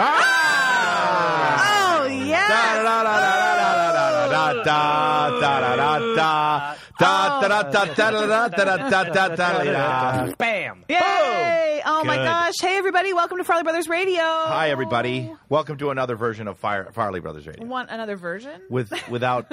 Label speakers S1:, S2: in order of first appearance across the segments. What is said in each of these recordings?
S1: Oh,
S2: Da, da, da, da,
S3: yes.
S2: da, da, da, da, da, da, da, da, da.
S3: Bam.
S1: Yay! Oh my
S2: Good.
S1: gosh. Hey everybody, welcome to Farley Brothers Radio.
S2: Hi, everybody. Welcome to another version of Fire, Farley Brothers Radio.
S1: Want another version?
S2: With without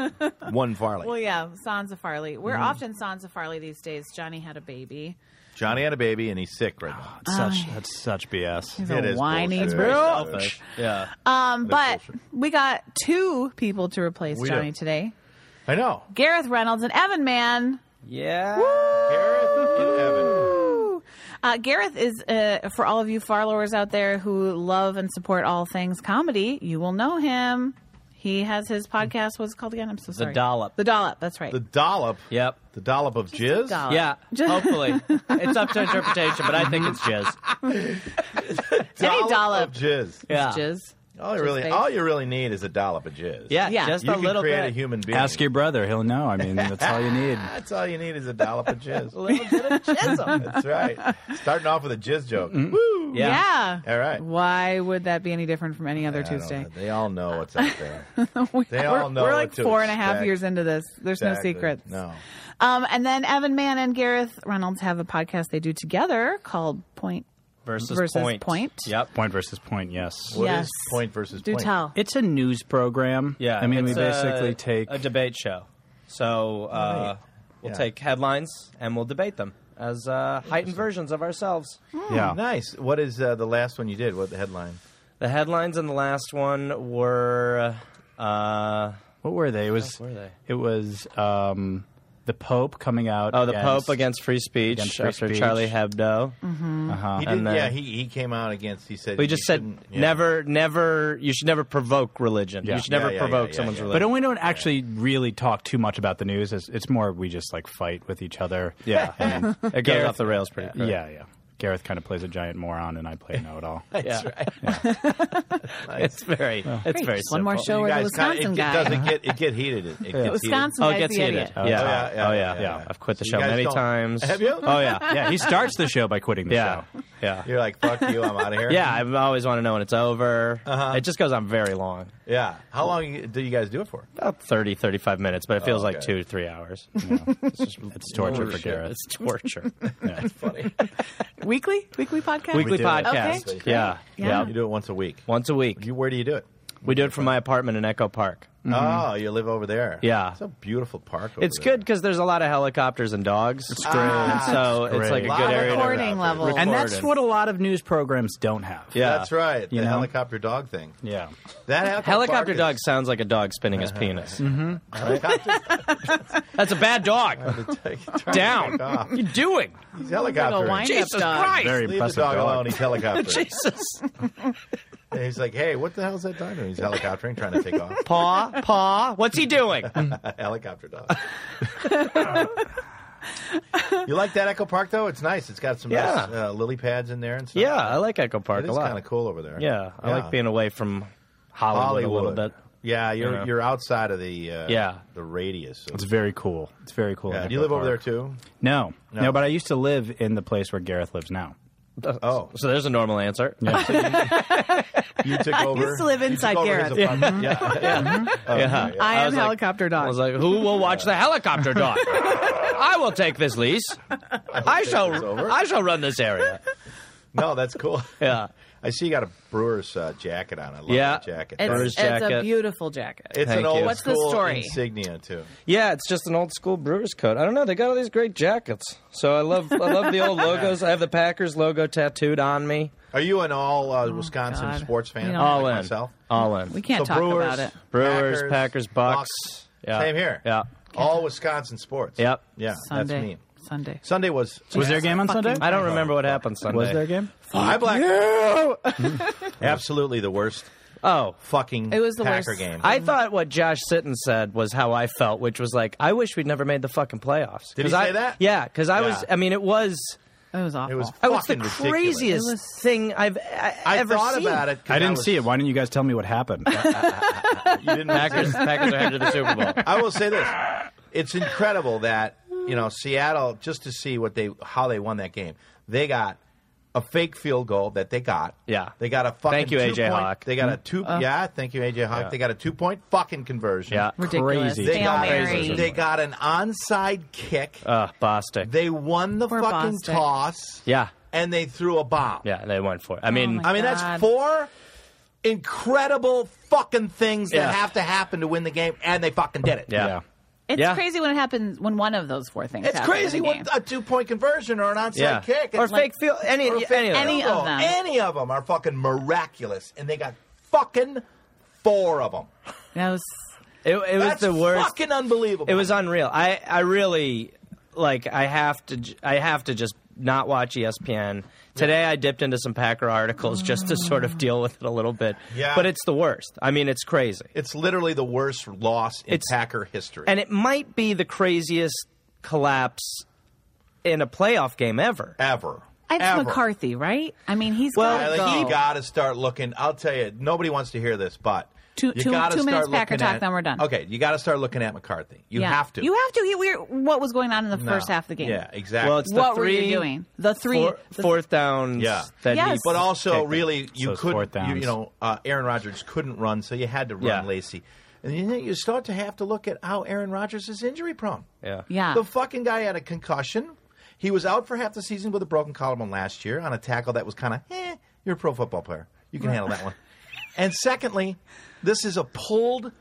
S2: one Farley. Mm-hmm.
S1: Well, yeah, Sons of Farley. We're often Sons of Farley these days. Johnny had a baby.
S2: Johnny had a baby and he's sick right now.
S3: That's such that's such
S1: Ah.
S3: BS.
S1: He's a
S2: It is
S1: whiny
S2: bullshit.
S1: bitch.
S3: Yeah.
S1: Um, but
S2: bullshit.
S1: we got two people to replace
S2: We
S1: Johnny
S2: do.
S1: today:
S2: I know.
S1: Gareth Reynolds and Evan Mann.
S3: Yeah.
S2: Gareth and Evan.
S1: Uh, Gareth is uh, for all of you followers out there who love and support all things comedy. You will know him. He has his podcast. What's it called again? I'm so sorry.
S3: Dollop.
S1: The dollop. That's right.
S2: The dollop.
S3: Yep.
S2: The dollop of jizz.
S1: dollop.
S3: Yeah. Hopefully. it's up to interpretation, but I think it's jizz.
S1: Any dollop.
S2: of jizz.
S3: Yeah.
S1: Jizz.
S2: All you really, oh,
S1: based.
S2: all you really need is a dollop of jizz.
S3: Yeah,
S1: Yeah.
S3: just
S2: you
S3: a
S2: can
S3: little
S2: create
S3: bit.
S2: a human being.
S4: Ask your brother; he'll know. I mean, that's all you need.
S2: That's all you need is a dollop of jizz.
S3: little bit of jism.
S2: That's right. Starting off with a jizz joke.
S3: Mm-hmm.
S2: Woo!
S3: Yeah.
S1: Yeah.
S2: All right.
S1: Why would that be any different from any other
S2: I don't
S1: Tuesday?
S2: know. They all know what's out there.
S1: We-
S2: They
S1: we're,
S2: all know
S1: we're
S2: what
S1: like
S2: to
S1: four and a half
S2: expect.
S1: years into this. There's
S2: Exactly.
S1: no secrets.
S2: No.
S1: Um, and then Evan Mann and Gareth Reynolds have a podcast they do together called Point.
S3: Versus,
S1: Versus
S3: point.
S1: point.
S3: Yep.
S4: Point versus point, yes.
S2: What is
S1: Yes.
S2: point versus
S1: Do
S2: point?
S1: tell.
S4: It's a news program.
S3: Yeah.
S4: I mean, we
S3: it's uh, a-
S4: basically take
S3: a debate show. So uh, we'll
S2: Yeah.
S3: take headlines and we'll debate them as uh, heightened versions of ourselves.
S4: yeah.
S2: Hmm. Nice. What is uh, the last one you did? What the headline?
S3: The headlines in the last one were uh,
S4: What were they? It was
S3: What Oh, were they?
S4: it was um, the Pope coming out.
S3: oh, the Pope against free speech
S4: against free
S3: after
S4: speech.
S3: Charlie Hebdo.
S1: Mm-hmm.
S4: Uh-huh.
S2: He
S3: And
S2: did, yeah,
S3: then-
S2: he, he came out against. He said
S3: We just
S2: you
S3: said
S2: shouldn't- yeah.
S3: never, never. You should never provoke religion.
S4: Yeah.
S3: You should never
S2: Yeah, yeah,
S3: provoke
S2: yeah, yeah,
S3: someone's
S2: yeah.
S4: But
S3: religion.
S4: don't- we don't actually really talk too much about the news. It's, it's more we just like fight with each other.
S3: Yeah.
S4: And-
S3: it goes
S4: Gareth-
S3: off the rails pretty quick.
S4: yeah, yeah. Gareth kind of plays a giant moron, and I play know-it-all.
S3: that's right. it's very, it's
S1: Great.
S3: very.
S1: Just one more
S3: simple.
S1: show
S2: You
S1: where the
S2: guys kinda-
S1: Wisconsin
S2: it,
S1: guy.
S2: Does it get it get heated? It, it gets
S1: Wisconsin
S3: Oh,
S1: guy's
S3: it gets
S1: the
S3: heated.
S1: idiot.
S3: Yeah.
S4: Oh,
S2: yeah, yeah,
S3: oh
S2: yeah,
S3: yeah,
S2: yeah, yeah.
S3: I've quit the
S2: So
S3: show
S2: you guys
S3: many
S2: don't-
S3: times.
S2: Have you?
S3: Oh yeah,
S4: yeah, he starts the show by quitting the
S3: yeah,
S4: show.
S3: yeah.
S2: Heated. You're like fuck you. I'm out of here.
S3: Yeah, I always want to know when it's over.
S2: Uh-huh.
S3: It just goes on very long.
S2: yeah. How long you- do you guys do it for?
S3: About 30, 35 minutes, but it feels like
S2: Oh, okay.
S3: two to three hours.
S4: it's, just- it's torture
S2: Oh,
S3: Holy
S4: for
S3: shit,
S4: Gareth.
S3: It's torture.
S4: Yeah.
S2: Funny.
S1: Weekly? Weekly podcast?
S3: Weekly
S2: do it.
S3: podcast.
S2: Okay.
S3: Yeah.
S1: Yeah.
S3: yeah.
S2: you do it once a week.
S3: Once a week.
S2: You, where do you do it?
S3: We do it from my apartment in Echo Park. Mm-hmm.
S2: Oh, you live over there.
S3: Yeah.
S2: It's a beautiful park. Over
S3: It's good because there's a lot of helicopters and dogs. It's
S4: great.
S3: so it's
S4: great.
S3: like a
S2: Lot
S3: good
S2: of
S3: area. to-
S1: recording level.
S4: And
S3: Recorded.
S4: that's what a lot of news programs don't have.
S3: Yeah.
S2: That's right. The
S4: You know?
S2: helicopter dog thing.
S4: Yeah.
S2: That Echo
S3: Helicopter
S2: Park
S3: dog
S2: is-
S3: sounds like a dog spinning his penis.
S2: Uh, mm-hmm. Helicopter
S3: That's a bad dog. Down.
S2: off.
S3: What you doing?
S2: He's
S1: Like a
S2: helicoptering.
S1: wind-up
S3: Jesus
S1: dog.
S3: Christ.
S4: Very
S2: Leave the
S4: impressive.
S2: dog
S4: dog.
S2: alone. He's helicoptering.
S3: Jesus.
S2: And he's like, hey, what the hell is that dog doing? He's helicoptering, trying to take off.
S3: Paw, paw. What's he doing?
S2: helicopter dog. you like that Echo Park though? It's nice. It's got some nice,
S3: Yeah.
S2: uh, lily pads in there and stuff.
S3: Yeah, I like Echo Park
S2: it
S3: a
S2: is
S3: lot.
S2: kind of cool over there.
S3: Yeah, I like being away from Hollywood,
S2: Hollywood
S3: a little bit.
S2: Yeah, you're
S3: You know.
S2: you're outside of the uh,
S3: Yeah.
S2: the radius. Of,
S4: It's very cool. It's very cool.
S2: yeah.
S4: Echo
S2: Do you live over there
S4: Park.
S2: too?
S4: No.
S2: No.
S4: no. but I used to live in the place where Gareth lives now.
S2: Oh,
S3: So there's a normal answer.
S2: you took over.
S1: used to live
S2: you took
S1: inside
S2: over his
S1: Gareth.
S2: apartment. Yeah, yeah. Oh,
S3: Yeah.
S2: okay,
S1: I
S3: I
S1: am
S3: was like-
S1: helicopter
S3: I was
S1: dog.
S3: like, who will watch the helicopter dog? I will take this lease. I
S2: this
S3: shall.
S2: over.
S3: I shall run this area.
S2: No, that's cool.
S3: Yeah.
S2: I see you got a Brewer's uh, jacket on. I love
S3: Yeah.
S2: that jacket.
S1: it's,
S3: Brewer's
S1: it's a
S3: jacket.
S1: beautiful jacket.
S2: It's
S3: Thank
S2: an
S3: you.
S2: old
S1: What's the
S2: school
S1: story?
S2: insignia too.
S3: Yeah, it's just an old school brewer's coat. I don't know. They got all these great jackets. So I love. I love the old logos. I have the Packers logo tattooed on me.
S2: Are you an all uh, Wisconsin
S1: Oh, God.
S2: sports fan?
S1: You know-
S3: All
S2: like
S3: in.
S2: myself.
S3: All in.
S1: we can't
S2: So
S1: talk
S2: Brewers,
S1: about it.
S3: Brewers, Packers, Bucks. Yeah.
S2: Same here.
S3: Yeah.
S2: All Wisconsin sports.
S3: Yep.
S2: Yeah.
S1: Sunday.
S2: That's me.
S1: Sunday.
S2: Sunday was.
S4: Was there a game on
S1: Fucking-
S4: Sunday?
S3: I don't remember what happened Sunday.
S4: Was there a game?
S2: I blacked. Absolutely the worst
S3: Oh,
S2: fucking
S1: It was the
S2: Packer
S1: worst.
S2: game.
S3: I thought what Josh Sitton said was how I felt, which was like, I wish we'd never made the fucking playoffs.
S2: Did he
S3: 'Cause
S2: say
S3: I,
S2: that?
S3: Yeah, because I was.
S2: Yeah.
S3: I mean, it was.
S1: It was awful.
S2: it was
S3: It
S2: fucking
S3: was Oh, the
S2: ridiculous.
S3: craziest
S1: It was-
S3: thing I've I,
S2: I
S3: ever
S2: thought
S3: seen.
S2: about it. 'cause
S4: I didn't
S2: was-
S4: see it. Why didn't you guys tell me what happened?
S2: You didn't
S3: Packers, Packers are headed to the Super Bowl.
S2: I will say this: it's incredible that you know Seattle just to see what they how they won that game. They got a fake field goal that they got.
S3: Yeah.
S2: They got a fucking
S3: Thank you,
S2: two
S3: AJ
S2: point-
S3: Hawk. Hmm?
S2: They got a two
S1: Uh.
S2: yeah, thank you, AJ Hawk.
S4: Yeah.
S2: They got a two point fucking conversion.
S3: Yeah.
S1: Ridiculous.
S4: Crazy.
S2: They
S1: Hail
S2: got,
S1: Mary.
S2: they got an onside kick.
S3: Uh, Bostic.
S2: They won the
S1: Poor
S2: fucking
S1: Bostic.
S2: toss.
S3: yeah,
S2: And they threw a bomb.
S3: yeah, they went for it. I mean,
S1: Oh my
S2: I mean,
S1: God.
S2: that's four incredible fucking things that
S3: Yeah.
S2: have to happen to win the game, and they fucking did it.
S3: yeah.
S4: Yeah.
S1: It's
S3: Yeah.
S1: crazy when it happens when one of those four things.
S2: It's
S1: happen in
S2: crazy
S1: a
S2: what
S1: game.
S2: a two point conversion or an onside
S3: Yeah.
S2: kick.
S3: Or
S2: It's like-
S3: fake field. Any,
S2: or
S3: any,
S2: fake
S3: of
S1: any
S3: them.
S1: of them.
S2: Any of them are fucking miraculous, and they got fucking four of them.
S1: That was-
S3: It, it was
S2: That's
S3: the worst.
S2: fucking unbelievable.
S3: It was unreal. I, I really like I have to j- I have to just not watch E ESPN. Today I dipped into some Packer articles just to sort of deal with it a little bit.
S2: Mm. Yeah.
S3: But it's the worst. I mean, it's crazy.
S2: It's literally the worst loss in
S3: It's-
S2: Packer history.
S3: And it might be the craziest collapse in a playoff game ever.
S2: ever.
S1: it's
S2: ever.
S1: McCarthy, right? I mean, he's
S3: Well,
S1: got
S2: I
S1: to
S2: think you
S1: go.
S2: got to start looking. I'll tell you, nobody wants to hear this, but
S1: Two-
S2: you
S1: two-
S2: gotta
S1: two
S2: start
S1: minutes Packer
S2: looking
S1: talk,
S2: at-
S1: then we're done.
S2: Okay, you got to start looking at McCarthy. You
S1: Yeah.
S2: have to.
S1: You have to. You- we're- what was going on in the
S2: No.
S1: first half of the game?
S2: Yeah, exactly.
S3: Well, it's the
S1: what were
S3: three-
S1: you doing? The three.
S3: Four,
S1: the-
S3: fourth downs.
S2: Yeah.
S3: That
S1: Yes.
S3: he-
S2: but also,
S3: kicked it.
S2: really, you
S4: it's
S2: couldn't.
S4: fourth
S2: You,
S4: downs.
S2: you know, uh, Aaron Rodgers couldn't run, so you had to run
S3: Yeah.
S2: Lacey. And you, you start to have to look at how Aaron Rodgers is injury prone.
S3: yeah.
S1: yeah.
S2: The fucking guy had a concussion. He was out for half the season with a broken collarbone last year on a tackle that was kind of, eh, you're a pro football player. You can handle that one. And secondly, this is a pulled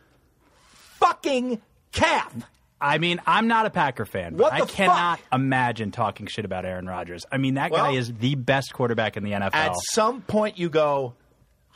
S2: fucking calf.
S4: I mean, I'm not a Packer fan, but
S2: What
S4: I
S2: the
S4: cannot
S2: fuck?
S4: imagine talking shit about Aaron Rodgers. I mean, that
S2: Well-
S4: guy is the best quarterback in the NFL.
S2: At some point, you go,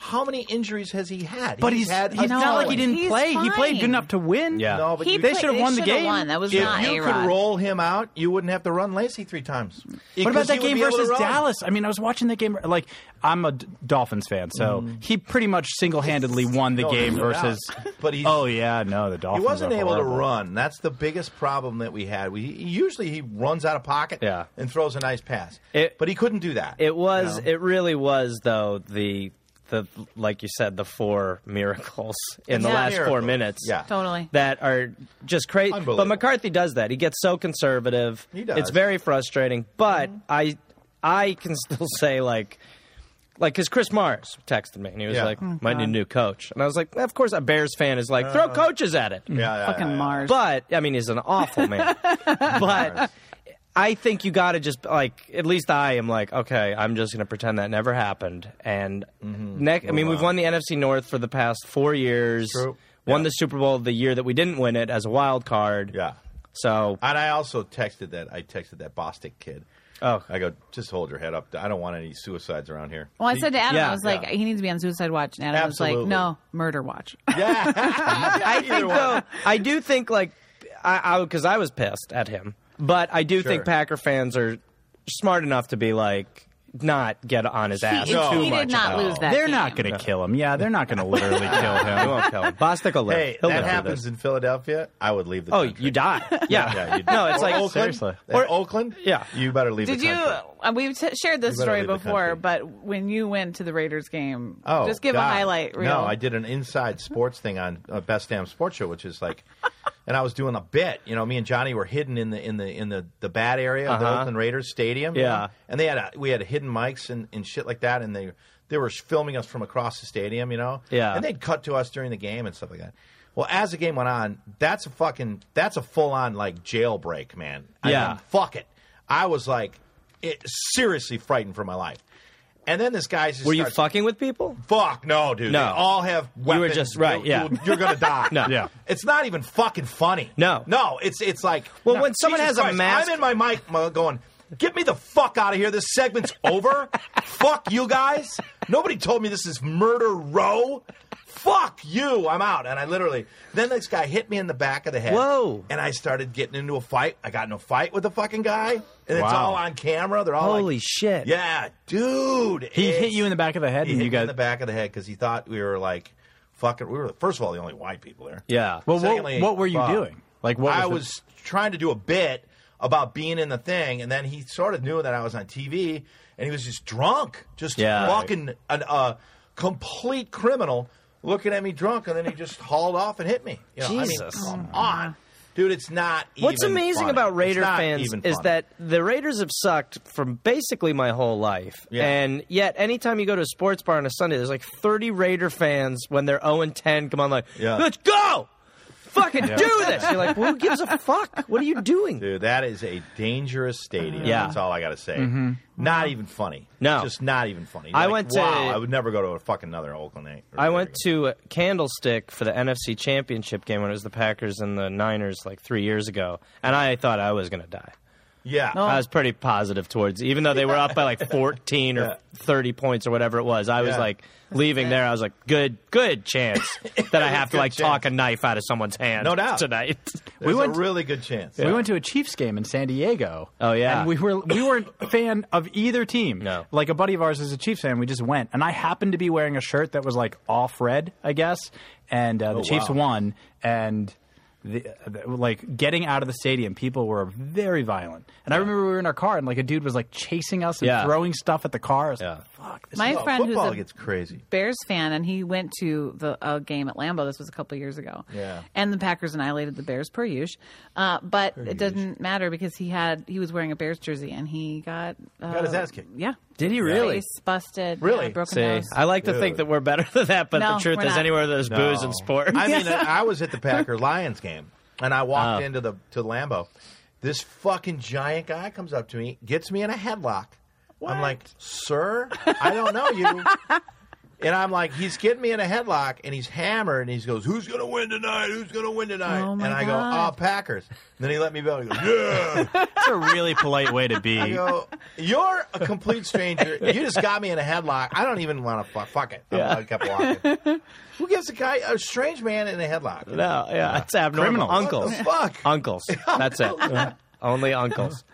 S2: how many injuries has he had?
S4: but he's,
S2: had.
S4: had
S2: a
S4: he's not
S2: ton.
S4: like he didn't
S1: He's
S4: play. He played
S1: fine.
S4: good enough to win.
S3: Yeah.
S2: No, but
S1: He
S2: you,
S4: They
S1: played-
S4: should've won the
S1: should've
S4: game.
S1: Won. That was
S2: if
S1: not
S2: you
S1: A-Rod.
S2: could roll him out, you wouldn't have to run Lacey three times.
S4: What about that game versus Dallas? I mean, I was watching that game. Like, I'm a D- Dolphins fan, so he pretty much single-handedly won the
S2: No,
S4: game
S2: no doubt.
S4: versus.
S2: But he's-
S4: oh yeah, no, the
S2: He
S4: Dolphins.
S2: wasn't
S4: are
S2: able to
S4: horrible.
S2: run. That's the biggest problem that we had. We usually he runs out of pocket
S3: Yeah.
S2: and throws a nice pass,
S3: It-
S2: but he couldn't do that.
S3: It was. It really was, though. The the like you said, the four miracles in the
S1: Yeah.
S3: last four
S2: Miracles.
S3: minutes.
S2: Yeah.
S1: Totally.
S3: That are just crazy.
S2: Unbelievable.
S3: But McCarthy does that. He gets so conservative.
S2: He does.
S3: It's very frustrating. But
S1: Mm-hmm.
S3: I I can still say like. Like, because Chris Mars texted me and he was
S2: Yeah.
S3: like,
S1: Oh,
S3: "Might need a new coach," and I was like, "Of course, a Bears fan is like,
S2: Uh-huh.
S3: throw coaches at it."
S2: Yeah, yeah,
S1: fucking
S2: yeah, yeah.
S1: Mars.
S3: But I mean, he's an awful man. but I think you got to just like at least I am like okay, I'm just going to pretend that never happened. And
S2: Mm-hmm.
S3: next, I mean, we've won the NFC North for the past four years.
S2: True.
S3: Won
S2: Yeah.
S3: the Super Bowl the year that we didn't win it as a wild card.
S2: Yeah.
S3: So
S2: And I also texted that. I texted that Bostic kid.
S3: oh
S2: I go, just hold your head up. I don't want any suicides around here.
S1: well, I said to Adam,
S3: Yeah,
S1: I was like,
S3: yeah.
S1: he needs to be on suicide watch. And Adam was
S2: Absolutely.
S1: like, no, murder watch.
S2: yeah,
S3: I think though I do think like I because I, was pissed at him, but I do think
S2: Sure.
S3: Packer fans are smart enough to be like not get on his ass
S1: he
S3: too
S1: he
S3: much.
S1: did not
S3: about it.
S1: lose that.
S4: They're
S1: game.
S4: not going to kill him. Yeah, they're not going to literally kill
S3: I
S4: him.
S3: won't kill him. Bostic will live.
S2: hey,
S3: He'll
S2: that
S3: live through
S2: happens
S3: this.
S2: in Philadelphia. I would leave the.
S3: Oh,
S2: country.
S3: you die. Yeah.
S2: Yeah, you
S3: no, it's
S2: or
S3: like
S2: Oakland,
S4: seriously.
S2: or Oakland.
S3: Yeah.
S2: you better leave.
S1: Did
S2: the
S1: you?
S2: country.
S1: uh, We've t- shared this
S2: You better
S1: story
S2: leave the
S1: before,
S2: country.
S1: but when you went to the Raiders game,
S2: Oh,
S1: just give a
S2: God.
S1: highlight reel.
S2: No, I did an inside sports thing on uh, Best Damn Sports Show, which is like, and I was doing a bit. You know, me and Johnny were hidden in the in the in the the bad area of the
S3: Uh-huh.
S2: Oakland Raiders stadium. you
S3: Yeah.
S2: know? and they had a, we had hidden mics and, and shit like that, and they they were filming us from across the stadium. You know,
S3: Yeah.
S2: and they'd cut to us during the game and stuff like that. Well, as the game went on, that's a fucking that's a full on like jailbreak, man. I
S3: Yeah.
S2: mean, fuck it. I was like, it, seriously frightened for my life. And then this guy's just
S3: Were you
S2: starts-
S3: fucking with people?
S2: Fuck no, dude.
S3: No.
S2: They all have
S3: were
S2: weapons.
S3: just- right,
S2: You-
S3: yeah.
S2: you- You're, gonna die.
S3: No.
S4: Yeah.
S2: It's not even fucking funny.
S3: No.
S2: No. It's it's like
S3: Well,
S2: no,
S3: when someone has
S2: Jesus
S3: a
S2: Christ,
S3: mask-
S2: I'm in my mic mo- going. Get me the fuck out of here. This segment's over. fuck you guys. Nobody told me this is murder row. Fuck you. I'm out. And I literally then this guy hit me in the back of the head.
S3: Whoa.
S2: And I started getting into a fight. I got in a fight with the fucking guy. And it's
S4: Wow.
S2: all on camera. They're all like,
S3: Holy shit.
S2: Yeah, dude.
S4: He hit
S2: it's-
S4: you in the back of the head,
S2: he
S4: and
S2: hit
S4: you
S2: me in
S4: guys.
S2: the back of the head because he thought we were like fucking. We were first of all the only white people there.
S3: Yeah.
S4: Well,
S2: Secondly,
S4: what, what were you
S2: fuck.
S4: doing? Like, what was
S2: I
S4: the-
S2: was trying to do a bit about being in the thing, and then he sort of knew that I was on TV, and he was just drunk, just
S3: Yeah.
S2: fucking a uh, complete criminal, looking at me drunk, and then he just hauled off and hit me. You know, I mean,
S3: Jesus.
S2: come on. dude. It's not.
S3: Mm-hmm. What's
S2: even
S3: amazing
S2: funny.
S3: about
S2: It's
S3: Raider
S2: not
S3: fans
S2: even
S3: is
S2: funny.
S3: that the Raiders have sucked from basically my whole life.
S2: Yeah.
S3: And yet, anytime you go to a sports bar on a Sunday, there's like 30 Raider fans when they're 0 and 10. Come on, like,
S2: Yeah.
S3: let's go! Fucking do this! You're like, who gives a fuck? What are you doing?
S2: dude. That is a dangerous stadium.
S3: Yeah.
S2: that's all I gotta say. Not even funny.
S3: No.
S2: just not even funny.
S3: I
S2: Like,
S3: went to-
S2: Wow, I would never go to a fucking another Oakland. night.
S3: I went to Candlestick for the NFC Championship game when it was the Packers and the Niners like three years ago, and I thought I was going to die.
S2: Yeah,
S3: I was pretty positive towards, even though they were up by like 14 or
S2: Yeah.
S3: 30 points or whatever it was. I was
S2: Yeah.
S3: like leaving there. I was like, good, good chance that I have to
S2: Good
S3: like
S2: chance.
S3: talk a knife out of someone's hand.
S2: No doubt.
S3: tonight.
S2: There's
S4: went-
S2: a really good chance.
S4: We went to a Chiefs game in San Diego.
S3: Oh, yeah.
S4: and we were we weren't a fan of either team.
S3: No.
S4: like a buddy of ours is a Chiefs fan. We just went, and I happened to be wearing a shirt that was like off red, I guess. And uh, the
S2: Oh,
S4: Chiefs
S2: wow.
S4: won, and the, the- like getting out of the stadium, people were very violent. And I remember we were in our car, and like a dude was like chasing us and
S3: Yeah.
S4: throwing stuff at the car. I was like,
S3: Yeah.
S4: Fuck, this
S1: My
S4: is-
S2: Oh,
S1: friend
S2: football
S1: who's a
S2: gets crazy.
S1: Bears fan, and he went to the a game at Lambeau. This was a couple of years ago.
S2: Yeah.
S1: And the Packers annihilated the Bears per usual, uh, but it doesn't matter because he had he was wearing a Bears jersey and he got uh,
S2: Got his ass kicked.
S1: Yeah.
S3: Did he really?
S1: Face busted.
S2: Really?
S1: yeah, broken
S3: See,
S1: nose.
S3: I like to think that we're better than that, but
S1: No,
S3: the truth
S1: we're
S3: is,
S1: not.
S3: anywhere there's booze and sport.
S2: I mean, I was at the Packer Lions game, and I
S3: Oh.
S2: walked into the to Lambo. This fucking giant guy comes up to me, gets me in a headlock. I'm like, "Sir, I don't know you." and I'm like, he's getting me in a headlock, and he's hammered, and he goes, "Who's gonna win tonight? Who's gonna win tonight?"
S1: Oh, my
S2: and I
S1: God.
S2: go, "Oh, Packers." And then he let me go. He goes, "Yeah."
S4: that's a really polite way to be.
S2: I go, "You're a complete stranger. You just got me in a headlock. I don't even want to fuck. Fuck it." I'm- I kept walking. Who gives a guy a strange man in a headlock?
S3: no, yeah, it's abnormal.
S4: Criminals.
S3: Uncles,
S2: What the fuck?
S3: uncles. That's it. Only uncles.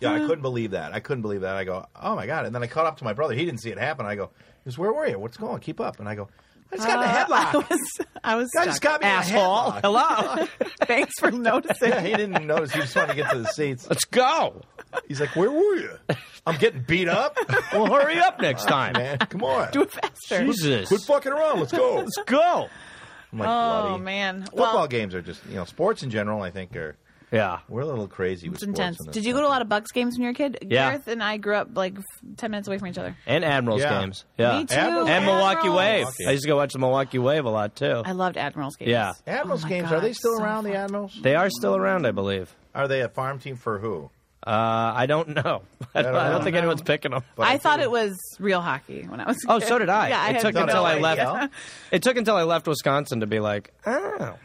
S2: Yeah, I couldn't believe that. I couldn't believe that. I go, oh my god! And then I caught up to my brother. He didn't see it happen. I go, he goes, where were you? What's going? on? Keep up. And I go, I just got in
S1: Uh,
S2: a headlock.
S1: I was I was
S2: Guy just
S1: stuck.
S2: got me in a
S3: Asshole.
S2: headlock.
S3: Hello.
S1: Thanks for noticing.
S2: Yeah, he didn't notice. He just wanted to get to the seats.
S3: Let's go.
S2: He's like, where were you? I'm getting beat up,
S3: Well, hurry up next time.
S2: man. Come on,
S1: Do it faster.
S3: Jesus.
S2: quit fucking around. Let's go. Let's
S3: Go.
S2: I'm like,
S1: Oh
S2: bloody.
S1: man.
S2: Football
S1: well,
S2: games are just you know sports in general. I think are
S3: Yeah.
S2: we're a little crazy. With
S1: it's
S2: sports
S1: intense.
S2: in this
S1: Did you go to a lot of Bucks games when you were a kid?
S3: Yeah.
S1: Gareth and I grew up like f- ten minutes away from each other.
S3: and Admirals
S2: Yeah.
S3: games. Yeah,
S1: Me too.
S2: Admirals.
S3: and Milwaukee
S1: Admirals.
S3: Wave.
S2: Milwaukee.
S3: I used to go watch the Milwaukee Wave a lot too.
S1: I loved Admirals games.
S3: Yeah.
S2: country. Admirals
S1: Oh, my
S2: games
S1: God,
S2: are they still
S1: so
S2: around the
S1: fun.
S2: Admirals?
S3: They are still around, I believe.
S2: Are they a farm team for who?
S3: Uh, I don't know. I don't, I don't
S2: know.
S3: think anyone's picking them.
S2: But
S1: I,
S2: I
S1: thought it was real hockey when I was. a
S3: Oh,
S1: kid.
S3: so did I.
S1: Yeah,
S3: it
S1: had
S3: took
S1: no
S3: until I
S1: idea.
S3: left.
S2: Yeah.
S3: It took until I left Wisconsin to be like, oh.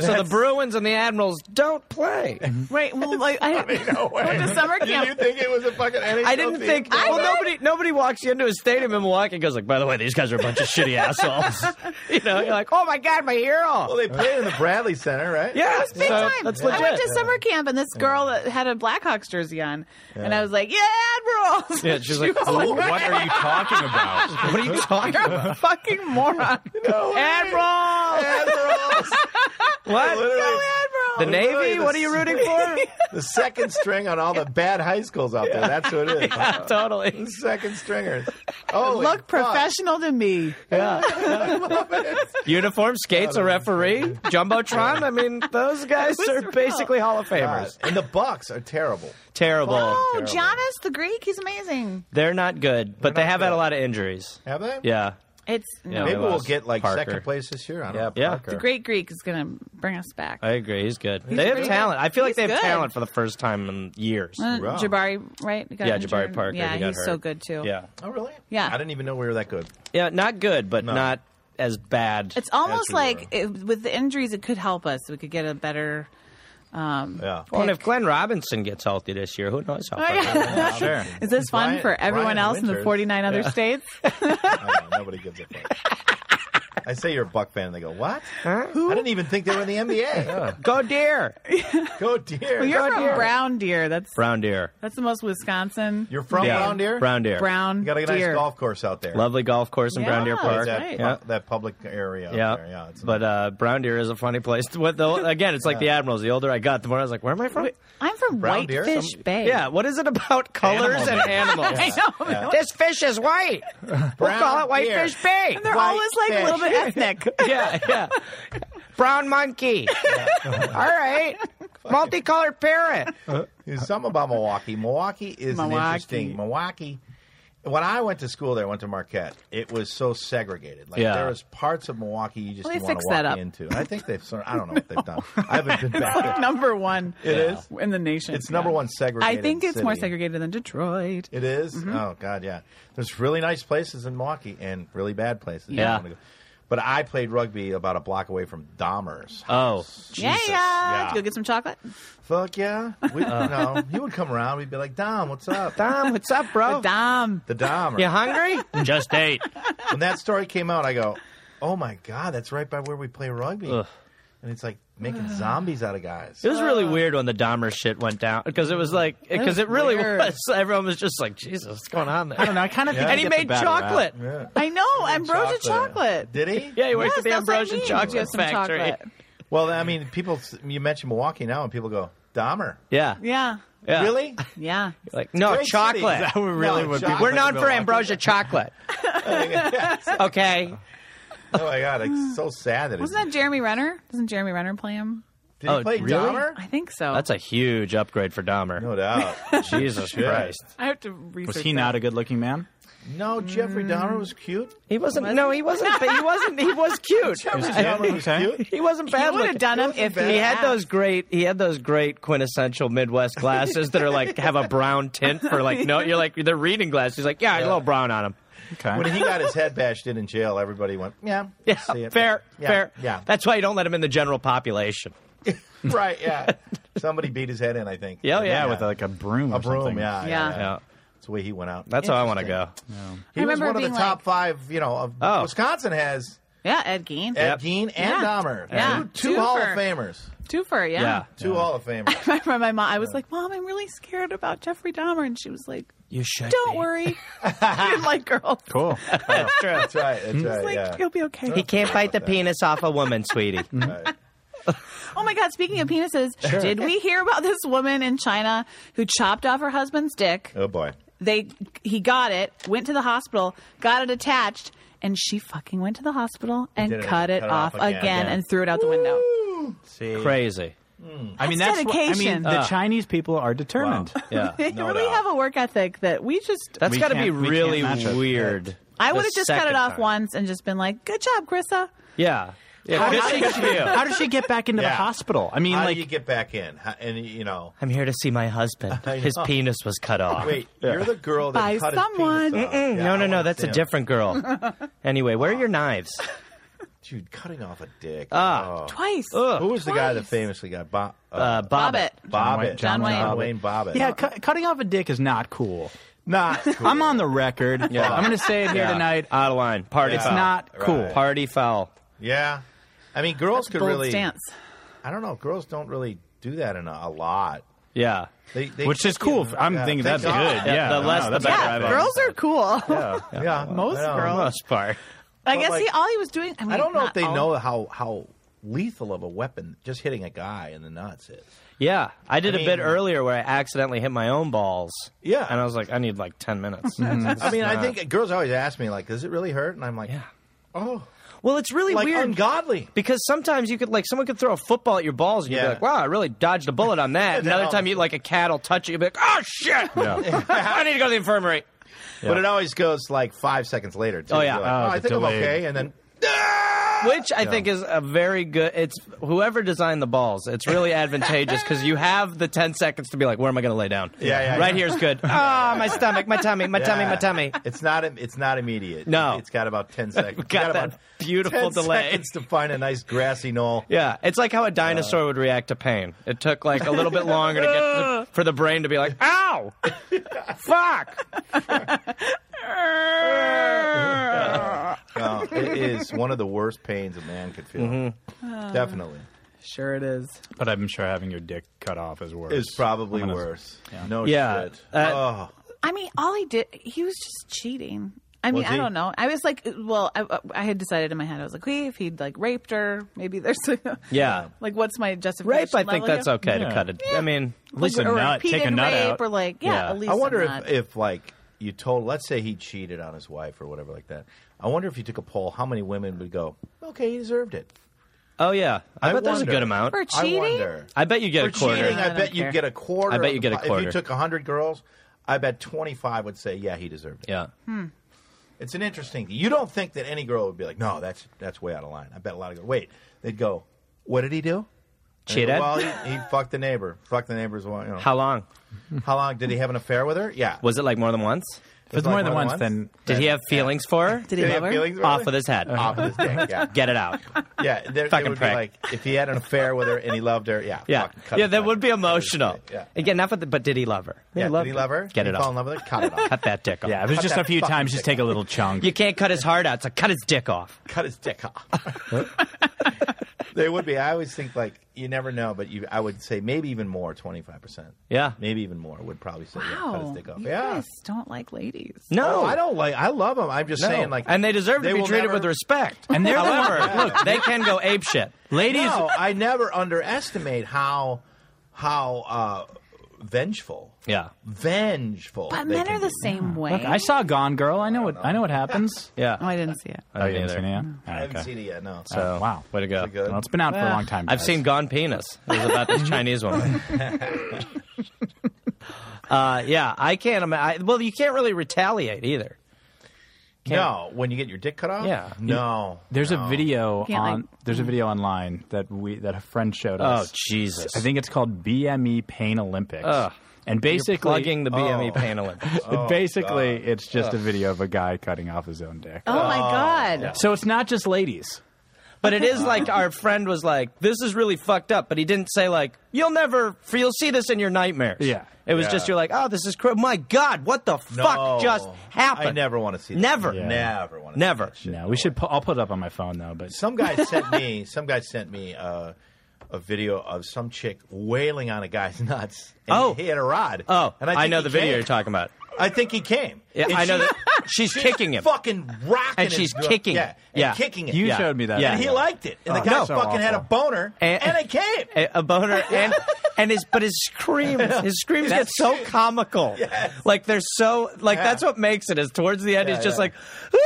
S3: so the Bruins and the Admirals don't play.
S1: Right. Well, like I,
S2: No way.
S1: went to summer
S2: Did you
S1: camp.
S2: think it was a fucking NHL
S3: I didn't
S2: team?
S3: think.
S2: No.
S3: well, nobody nobody walks you into a stadium in Milwaukee and goes like, by the way, these guys are a bunch of shitty assholes. You know, you're like, oh my god, my hero.
S2: Well, they played in the Bradley Center, right?
S3: Yeah,
S1: Big
S3: so
S1: time.
S3: That's
S1: I went
S3: legit.
S1: to summer camp and this girl that had a Blackhawks jersey on, and I was like, "Yeah, Admirals."
S3: Yeah, she's
S1: She
S3: like,
S1: was
S3: "Oh,
S4: What are you talking about?
S3: What are you talking
S1: "You're a fucking moron."
S2: No
S3: Admiral!
S2: Admirals.
S3: What?
S2: Literally,
S3: The
S1: Admirals.
S3: Navy? What are you rooting for?
S2: the second string on all the bad high schools out there. That's who it is.
S3: totally.
S2: Second stringers. Oh,
S1: Look professional to me.
S3: Uniform skates, a referee, jumbotron. I mean, those guys
S1: was
S3: are
S1: real.
S3: basically Hall of Famers.
S2: And the Bucks are terrible.
S3: Terrible.
S1: Oh,
S2: terrible.
S1: Giannis the Greek, he's amazing.
S3: They're not good, but they
S2: not
S3: have had a
S2: good.
S3: lot of injuries.
S2: Have they?
S3: Yeah.
S1: It's no.
S3: Yeah.
S2: Maybe we'll
S3: lost
S2: get like
S3: Parker.
S2: second place this year. I don't
S3: Yeah,
S2: know.
S3: yeah.
S2: Parker.
S3: The
S1: great Greek is going to bring us back.
S3: I agree. He's good. they have
S1: pretty
S3: talent. I feel like
S1: He's
S3: they have
S1: good.
S3: talent for the first time in years.
S1: Uh,
S2: Wow.
S1: Jabari, right? He got
S3: Yeah, Jabari
S1: injured.
S3: Parker,
S1: Yeah,
S3: he got
S1: he's
S3: hurt.
S1: so good too.
S3: Yeah.
S2: Oh, really?
S1: Yeah.
S2: I didn't even know we were that good.
S3: Yeah, not good, but
S2: No.
S3: not as bad.
S1: It's almost
S2: we
S1: like
S2: were.
S1: it, with the injuries, it could help us. We could get a better. um,
S2: Yeah.
S3: well, and if Glenn Robinson gets healthy this year, who knows how far
S1: Oh, yeah.
S2: Yeah, sure.
S1: Is this fun
S2: Brian-
S1: for everyone
S2: Brian
S1: else in the
S2: Winters.
S1: 49 other states?
S2: I don't know. Nobody gives a fuck. I say you're a Buck fan. They go, what? I didn't even think they were in the NBA.
S3: Go deer.
S2: Go deer.
S1: Well, you're
S2: Go
S1: from
S2: deer.
S1: Brown Deer. That's
S3: Brown deer.
S1: that's the most Wisconsin.
S2: You're from
S3: Yeah.
S2: Brown Deer?
S3: Brown deer.
S1: Brown
S2: You got a nice
S1: Deer.
S2: golf course out there.
S3: Lovely golf course in Brown Deer
S1: Yeah.
S3: Park.
S2: that,
S1: Right.
S3: Yeah.
S2: that public area. out
S3: Yeah,
S2: there. yeah. It's
S3: but uh, Brown Deer is a funny place. What the, again, it's like the Admirals. The older I got, the more I was like, "Where am I from?"
S1: I'm from
S2: Brown Deer?
S1: Whitefish
S2: Some-
S1: Bay.
S3: Yeah, what is it about colors
S2: Animals.
S3: and animals?
S1: I know.
S3: This fish is white. we'll
S2: Brown
S3: call it Whitefish
S2: deer.
S3: Bay.
S1: They're
S2: White
S1: always like a little bit ethnic.
S3: yeah, yeah. brown monkey. All right, multicolored parrot.
S2: There's something about Milwaukee. Milwaukee is an
S1: Milwaukee.
S2: interesting. Milwaukee. When I went to school there, I went to Marquette. It was so segregated. Like
S4: Yeah.
S2: there was parts of Milwaukee you just
S1: Well, they
S2: didn't want
S1: fixed
S2: to
S1: that
S2: walk
S1: up.
S2: into. And I think they've. Sort of, I don't know what they've done. I haven't been back.
S1: It's like number one.
S2: It is?
S1: in the nation.
S2: It's number
S1: Yeah.
S2: one segregated.
S1: I think it's more
S2: city.
S1: segregated than Detroit. Mm-hmm.
S2: It is? Oh God, yeah. There's really nice places in Milwaukee and really bad places. You
S4: Yeah.
S2: don't wanna go- But I played rugby about a block away from Dahmer's.
S4: Oh,
S1: Yeah, yeah.
S2: Yeah.
S1: Did you go get some chocolate?
S2: Fuck yeah! We, no, he would come around. We'd be like, Dom, what's up?
S3: Dom, what's up, bro?
S1: Dom.
S2: The Dahmer.
S3: You hungry?
S4: just eight.
S2: When that story came out, I go, Oh my God, that's right by where we play rugby.
S4: Ugh.
S2: And it's like making zombies out of guys.
S3: It was really weird when the Dahmer shit went down because it was like because it really
S1: weird.
S3: was. Everyone was just like, Jesus, what's going on there?
S4: I don't know. I kind of
S2: Yeah.
S4: think
S3: And
S4: it
S3: he
S4: gets a
S3: made
S4: bad rap.
S3: chocolate.
S2: Yeah.
S1: I know ambrosia chocolate.
S2: Did he?
S3: Yeah, he worked
S1: Yes,
S3: at the
S1: that's what I
S3: Ambrosian
S1: mean. You
S3: Chocolate
S1: have some
S3: Factory.
S1: chocolate.
S2: Well, I mean, people. You mention Milwaukee now, and people go, Dahmer.
S3: Yeah.
S1: Yeah,
S3: yeah.
S2: Really?
S1: yeah.
S3: Like no
S2: Great
S3: chocolate.
S2: city.
S4: That would really
S2: No,
S4: would be.
S2: chocolate.
S3: We're known for
S4: Milwaukee.
S3: ambrosia chocolate. okay.
S2: Oh my God, it's so sad that it's.
S1: Wasn't that Jeremy Renner? Doesn't Jeremy Renner play him?
S2: Did he
S3: Oh,
S2: play
S3: really?
S2: Dahmer?
S1: I think so.
S3: That's a huge upgrade for Dahmer.
S2: No doubt.
S3: Jesus
S2: Yeah.
S3: Christ.
S1: I have to research.
S4: Was he not a good-looking man?
S2: No, Jeffrey Dahmer was cute.
S3: He wasn't no, he wasn't but he wasn't he was cute.
S2: Jeffrey
S4: okay.
S2: Dahmer was cute.
S3: He wasn't
S1: That.
S3: bad
S1: He would
S3: looking.
S1: have done him if
S2: bad.
S1: he
S3: He had
S1: asked.
S3: those great he had those great quintessential Midwest glasses that are like have a brown tint for like no you're like they're reading glasses. He's like, yeah, a little brown on them.
S2: When he got his head bashed in in jail, everybody went, "Yeah,
S3: Yeah,
S2: see it.
S3: fair,
S2: yeah,
S3: fair.
S2: yeah."
S3: That's why you don't let him in the general population.
S2: right, yeah. Somebody beat his head in, I think.
S3: Yeah,
S4: yeah,
S3: yeah.
S4: with like a broom.
S2: a
S4: or something.
S2: broom. Yeah, yeah,
S1: Yeah.
S2: yeah.
S3: Yeah.
S2: That's the way he went out.
S3: That's how I want to go.
S2: Interesting. He
S1: I
S2: was
S1: remember
S2: one of the
S1: being
S2: top
S1: like-
S2: five. You know, of
S3: Oh.
S2: Wisconsin has
S1: Yeah, Ed Gein.
S3: Yep.
S2: Ed Gein and
S1: Yeah.
S2: Dahmer.
S1: Yeah.
S2: Two, two
S1: Two
S2: Hall of
S1: for-
S2: Famers.
S1: Two for yeah.
S3: Yeah.
S2: Two Hall of Famers.
S1: I remember my mom. I was like, "Mom, I'm really scared about Jeffrey Dahmer," and she was like,
S3: You should.
S1: "Don't worry, you didn't like girls.
S4: Cool.
S3: That's true.
S2: That's right. That's
S3: Mm.
S2: right.
S1: Like,
S2: yeah.
S1: you'll be okay."
S3: He can't bite the penis off a woman, sweetie.
S2: Right.
S1: Oh my God! Speaking of penises, did we hear about this woman in China who chopped off her husband's dick?
S2: Oh boy.
S1: They he got it, went to the hospital, got it attached, and she fucking went to the hospital and
S2: did it.
S1: cut it, off, again, and threw it out the window.
S2: See,
S3: Crazy.
S2: Hmm.
S4: I mean,
S1: That's
S4: that's what- I
S1: dedication. Ah.
S4: mean, the Chinese people are determined.
S3: Yeah.
S1: They
S2: No
S1: really
S2: doubt.
S1: have a work ethic that we just.
S3: That's
S4: We
S3: got to be
S4: can't- we
S3: really
S4: can't match it.
S3: weird.
S1: I
S3: the
S1: would have just cut it
S3: second
S1: off
S3: time.
S1: once and just been like, "Good job, Krissa."
S3: Yeah. Yeah. Good,
S4: did
S3: good
S4: she-
S3: for you.
S4: How does she get back into
S2: Yeah.
S4: the hospital? I mean,
S2: how
S4: like,
S2: do you get back in? How, and you know,
S3: I'm here to see my husband.
S2: I
S3: His
S2: know.
S3: penis was cut off.
S2: wait, you're the girl that
S1: By
S2: cut His
S1: someone.
S2: penis off.
S3: Mm,
S2: Yeah,
S3: no,
S2: I
S3: no,
S2: wanna
S3: no. That's
S2: see
S3: a
S2: him. Oh.
S3: different girl. anyway, where are your knives?
S2: dude cutting off a dick.
S3: Ah.
S2: Oh.
S1: Twice.
S3: Ugh.
S2: Who was the guy that
S1: Twice.
S2: famously got Bob? Uh,
S3: Uh,
S1: Bobbit.
S3: Bobbit.
S2: Bobbitt.
S4: John
S1: Wayne.
S2: John Wayne Bobbitt.
S4: yeah, cu- cutting off a dick is not cool.
S2: Not. Cool.
S4: I'm on the record.
S3: Yeah.
S4: I'm going to say it here
S3: Yeah.
S4: tonight.
S3: Out of line. Party
S4: It's
S3: foul.
S4: not
S2: Right.
S4: cool.
S3: Party foul.
S2: Yeah. I mean, girls could
S1: Bold
S2: really.
S1: stance.
S2: I don't know. Girls don't really do that in a, a lot.
S3: Yeah.
S2: They, they
S4: Which is
S2: you
S4: cool.
S2: know,
S4: I'm
S2: yeah,
S4: thinking
S2: thank
S4: that's
S2: God.
S4: good. Yeah,
S3: the
S4: no,
S3: less the
S4: that's
S3: better.
S4: not
S1: Yeah,
S3: I've
S4: bad.
S1: girls are cool.
S2: Yeah,
S1: Most
S2: I know.
S3: For the most part.
S1: I guess he,
S2: like-
S1: all he was doing. I, mean,
S2: I don't know if
S1: not
S2: they
S1: all-
S2: know how how lethal of a weapon just hitting a guy in the nuts is.
S3: Yeah, I did
S2: I
S3: a bit
S2: mean-
S3: earlier where I accidentally hit my own balls.
S2: Yeah.
S3: and I was like, I need like ten minutes.
S4: Mm,
S2: I mean, I think girls always ask me like, "Does it really hurt?" And I'm like,
S3: Yeah.
S2: "Oh,
S3: Well, it's really
S2: like
S3: weird
S2: ungodly."
S3: because sometimes you could like someone could throw a football at your balls and you'd
S2: Yeah.
S3: be like, wow, I really dodged a bullet on that.
S2: And then
S3: Another
S2: all-
S3: time you like a cat will touch it, you'll be like, oh shit, I need to go to the infirmary.
S2: But it always goes like five seconds later. Too.
S3: Oh, yeah.
S2: You're like,
S4: Oh,
S2: I
S4: the
S2: think I'm
S4: delayed.
S2: okay, and then
S3: Which I think is a very good. It's whoever designed the balls. It's really advantageous because you have the ten seconds to be like, where am I going to lay down?
S2: Yeah, yeah,
S3: right
S2: yeah.
S3: here's good. Ah, my stomach, my tummy, my tummy, my
S2: Yeah.
S3: tummy.
S2: It's not. It's not immediate.
S3: No.
S2: it's got about ten seconds. It's
S3: Got
S2: about
S3: that beautiful
S2: 10
S3: delay.
S2: seconds to find a nice grassy knoll.
S3: Yeah, it's like how a dinosaur would react to pain. It took like a little bit longer to get to the- for the brain to be like, "Ow, fuck."
S2: No, it is one of the worst pains a man could feel. Definitely,
S1: Uh, Sure, it is.
S4: Mm-hmm. But I'm sure having your dick cut off is worse.
S2: it's probably
S4: I'm gonna-
S2: worse. No
S3: Yeah.
S2: shit.
S3: Uh,
S2: oh,
S1: I mean, all he did, he was just cheating. I mean,
S2: Was
S1: I
S2: he?
S1: don't know. I was like, well, I, I had decided in my head, I was like, wait, if he'd like raped her, maybe there's a,
S3: Yeah,
S1: like, what's my justification?
S3: rape. I think
S1: level
S3: that's
S1: here?
S3: okay
S4: Yeah.
S3: to cut it. I mean,
S4: At least a
S1: or
S4: nut.
S1: repeated
S4: Take a nut
S1: rape
S4: out.
S1: or like, yeah,
S3: Yeah.
S1: at least
S2: I wonder
S1: a nut.
S2: if, if like you told, let's say he cheated on his wife or whatever like that. I wonder if you took a poll, how many women would go, "Okay, he deserved it."
S3: Oh yeah, I,
S2: I
S3: bet there's a
S2: wonder.
S3: good amount.
S1: For cheating?
S2: I wonder.
S3: I bet you get
S2: For
S3: a quarter.
S2: cheating,
S1: I
S2: I
S1: don't
S2: bet you
S1: care.
S2: get a quarter.
S3: I bet
S2: of
S3: you
S2: the
S3: get a
S2: po- If you
S3: quarter.
S2: took 100 girls, I bet 25 would say, yeah, he deserved it.
S3: Yeah.
S2: It's an interesting thing. You don't think that any girl would be like, no, that's that's way out of line. I bet a lot of girls. Wait, they'd go, what did he do? And they'd
S3: Cheated?
S2: go, Well, he, he fucked the neighbor. Fucked the neighbor's wife. You know.
S3: How long?
S2: How long did he have an affair with her? Yeah.
S3: Was it like more than once?
S4: If it's
S2: like
S4: more than once, then
S3: Did he have feelings for her?
S1: Did he
S2: Did he
S1: love
S2: have
S1: her?
S2: feelings?
S3: Off with his head.
S2: Off of his dick. Yeah.
S3: Get it out.
S2: Yeah, there,
S3: Fucking
S2: it would
S3: prick.
S2: be like if he had an affair with her and he loved her. Yeah,
S3: Yeah.
S2: fuck, cut
S3: yeah,
S2: it
S3: that
S2: out.
S3: would be emotional.
S2: Yeah.
S3: Again, not for the, but did he love her?
S2: Yeah,
S3: loved
S2: did he love her?
S3: Get
S2: Did
S3: it
S2: he Fall in
S3: off.
S2: love with her? Cut it off.
S3: Cut that dick off.
S4: yeah, if it's just
S2: that
S4: a few
S2: fucking
S4: times, just
S2: thing
S4: take a little chunk.
S3: You can't cut his heart out, so cut his dick off.
S2: cut his dick off. they would be. I always think like you never know, but you, I would say maybe even more, twenty five percent.
S3: Yeah.
S2: maybe even more would probably say yeah, cut his
S1: Wow.
S2: dick off.
S1: You
S2: yeah.
S1: guys don't like ladies.
S3: No,
S2: Oh, I don't like. I love them. I'm just
S3: No.
S2: saying like,
S3: and they deserve to be
S2: will
S3: treated
S2: never-
S3: with respect.
S4: And they're the
S3: however,
S4: ones-
S3: look, they can go ape shit.
S4: Ladies,
S2: No, I never underestimate how how uh, vengeful.
S3: Yeah,
S2: Vengeful.
S1: But
S2: they
S1: men
S2: can
S1: are the
S2: be.
S1: same way.
S4: I saw Gone Girl. I know what I know what happens.
S3: yeah.
S1: oh, I didn't see it.
S4: Oh, you
S3: didn't
S4: haven't seen it yet?
S2: I haven't
S4: Okay. Oh,
S2: seen it yet. No.
S3: So,
S4: Wow.
S3: way to go.
S2: Is it good?
S4: Well, it's been out for a
S1: Yeah.
S4: long time.
S3: I've
S4: guys.
S3: seen Gone Penis. It was about this Chinese woman. uh, yeah, I can't imagine. Well, you can't really retaliate either.
S2: No, when you get your dick cut off.
S3: Yeah.
S2: No.
S4: There's a video
S1: Can't, like- mm-hmm.
S4: on. There's a video online that we that a friend showed
S3: Oh
S4: us.
S3: Jesus!
S4: I think it's called BME Pain Olympics.
S3: Ugh.
S4: and
S3: you're
S4: basically,
S3: plugging the E BME
S2: Oh.
S3: panel in.
S4: basically,
S3: Oh,
S4: it's just a video of a guy cutting off his own dick.
S1: Oh, my god.
S4: So it's not just ladies.
S3: But it is like our friend was like, "This is really fucked up," but he didn't say like, "You'll never, for you'll see this in your nightmares."
S4: Yeah.
S3: it was
S2: Yeah.
S3: just you're like, "Oh, this is cr- my god, what the
S2: No.
S3: fuck just happened?"
S2: I never want to see that.
S3: Never.
S4: Yeah.
S2: Never want to.
S3: Never.
S2: See that shit.
S4: No, we should. Pu- I'll put it up on my phone though. But
S2: Some guy sent me. Some guy sent me uh, a video of some chick wailing on a guy's nuts. And
S3: Oh.
S2: he had a rod.
S3: Oh,
S2: and
S3: I,
S2: think
S3: know
S2: he
S3: the video
S2: came.
S3: you're talking about.
S2: I think he came.
S3: Yeah,
S2: And
S3: I know
S2: she-
S3: that she's kicking him.
S2: Fucking rocking,
S3: And she's
S2: his-
S3: kicking
S2: Yeah,
S3: him.
S2: and
S3: Yeah.
S2: kicking it.
S4: you
S3: Yeah.
S4: showed me that.
S3: Yeah.
S2: and he
S4: video.
S2: liked it. And the
S4: Oh,
S2: guy
S4: no.
S2: fucking
S4: So
S2: had a
S4: awful.
S2: boner,
S3: And-
S2: and, it came.
S3: A, a boner and and his but his screams his screams get so comical. Like they're so like
S2: Yeah.
S3: that's what makes it is towards the end
S2: Yeah,
S3: he's just
S2: yeah.
S3: like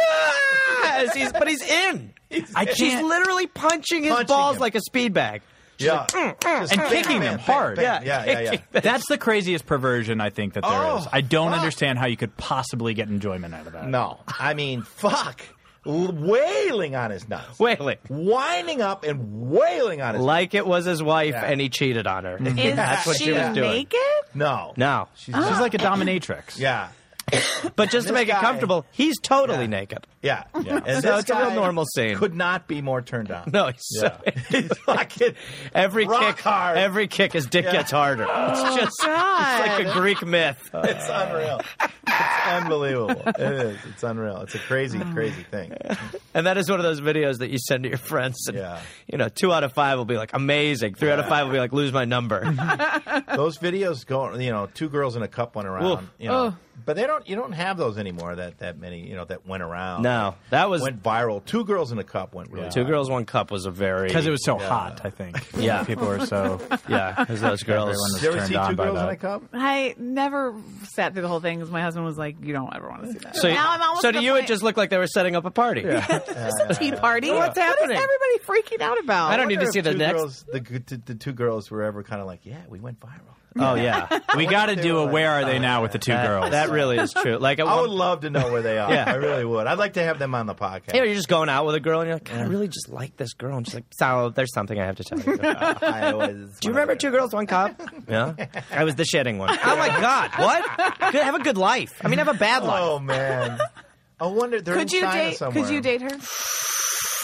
S3: "Ah!" As he's but he's in.
S4: I
S3: She's
S4: can't.
S3: literally punching his
S2: Punching
S3: balls
S2: him.
S3: like a speed bag.
S2: yeah, Just
S4: and
S2: bam,
S4: kicking
S2: "Mm, bam,
S4: them
S2: bam,
S4: hard.
S2: bam.
S3: Yeah.
S2: Yeah, yeah, yeah.
S3: Kicking
S4: That's the craziest perversion I think that there is.
S2: Oh,
S4: I
S3: Ah.
S4: don't
S2: fuck.
S4: understand how you could possibly get enjoyment out of that.
S2: No, I mean, fuck, L- wailing on his nuts,
S3: Wailing.
S2: winding up and wailing on his.
S3: Like it was his wife
S2: Yeah.
S3: and he cheated on her.
S1: Is
S3: That's what she,
S1: she Oh.
S3: was doing.
S1: naked?
S2: no,
S3: No.
S2: she's
S4: She's like a dominatrix.
S2: yeah.
S3: But just to
S2: This
S3: make it
S2: guy-
S3: comfortable, he's totally
S2: Yeah.
S3: naked.
S2: Yeah, yeah. And
S3: So
S2: this
S3: it's a real
S2: guy
S3: normal scene.
S2: Could not be more turned on.
S3: No, he's so
S2: he's fucking
S3: Every
S2: rock
S3: kick,
S2: hard.
S3: every kick, his dick
S2: Yeah.
S3: gets harder. It's just
S1: Oh, God.
S3: it's like a Greek myth.
S2: it's unreal. It's unbelievable. It is. It's unreal. It's a crazy, crazy thing.
S3: And that is one of those videos that you send to your friends. And,
S2: Yeah.
S3: You know, two out of five will be like amazing. Three out of five will be like lose my number.
S2: Those videos going, you know, two girls in a cup went around.
S3: Oof.
S2: You know,
S1: Ugh.
S2: but they don't. You don't have those anymore. That that many. You know, that went around.
S3: no, that was
S2: went viral. Two girls in a cup went really.
S3: two
S2: viral.
S3: girls, one cup was a very
S4: Because it was so hot, I think.
S3: Yeah.
S4: people were so.
S3: yeah because those girls.
S4: Everyone was
S2: Did you ever
S4: turned
S2: see
S4: on
S2: two
S4: by
S2: girls in
S4: that.
S2: a cup?
S1: I never sat through the whole thing because my husband was like, "You don't ever want to see that."
S3: So,
S1: now I'm almost
S3: so
S1: at
S3: to
S1: the
S3: you,
S1: point-
S3: it just looked like they were setting up a party.
S1: just a tea party.
S3: What's
S1: What
S3: happening?
S1: is everybody freaking out about?
S3: I don't need
S2: Wonder
S3: to see
S2: if
S3: the
S2: two
S3: next.
S2: Girls, the, g- t- the two girls were ever kind of like, yeah, we went viral.
S3: Oh yeah,
S4: We got to
S2: they
S4: do
S2: were
S4: a
S2: like,
S4: where are they now with the two girls.
S3: that really is true. Like at
S2: I
S3: one-
S2: would love to know where they are.
S3: Yeah.
S2: I really would. I'd like to have them on the podcast.
S3: you know, you're just going out with a girl and you're like, God, I really just like this girl. And she's like, so there's something I have to tell you. about."
S2: I was-
S3: Do you remember two girls, one cup? Yeah, I was the shedding one. Oh my god, what? Good, have a good life. I mean, have a bad life.
S2: Oh man. I wonder. They're
S1: Could you
S2: in China
S1: date?
S2: Somewhere.
S1: Could you date her?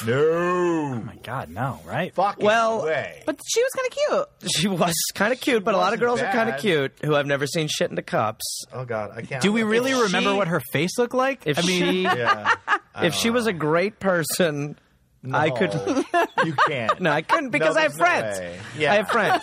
S3: Oh
S2: No.
S4: God, no, right?
S2: Fucking
S3: Well-
S2: way.
S1: But she was kind of cute.
S3: She was kind of cute, but a lot of
S2: wasn't
S3: girls are kind of
S2: bad.
S3: cute who I've never seen shit into cups.
S2: oh god, I can't.
S4: Do we really
S3: If
S4: remember
S3: she-
S4: what her face looked like?
S3: If
S4: I mean,
S3: she,
S2: Yeah.
S3: if she was a great person, I could.
S2: You can't.
S3: No, I couldn't because I have
S2: there's no
S3: friends.
S2: way. Yeah.
S3: I have friends.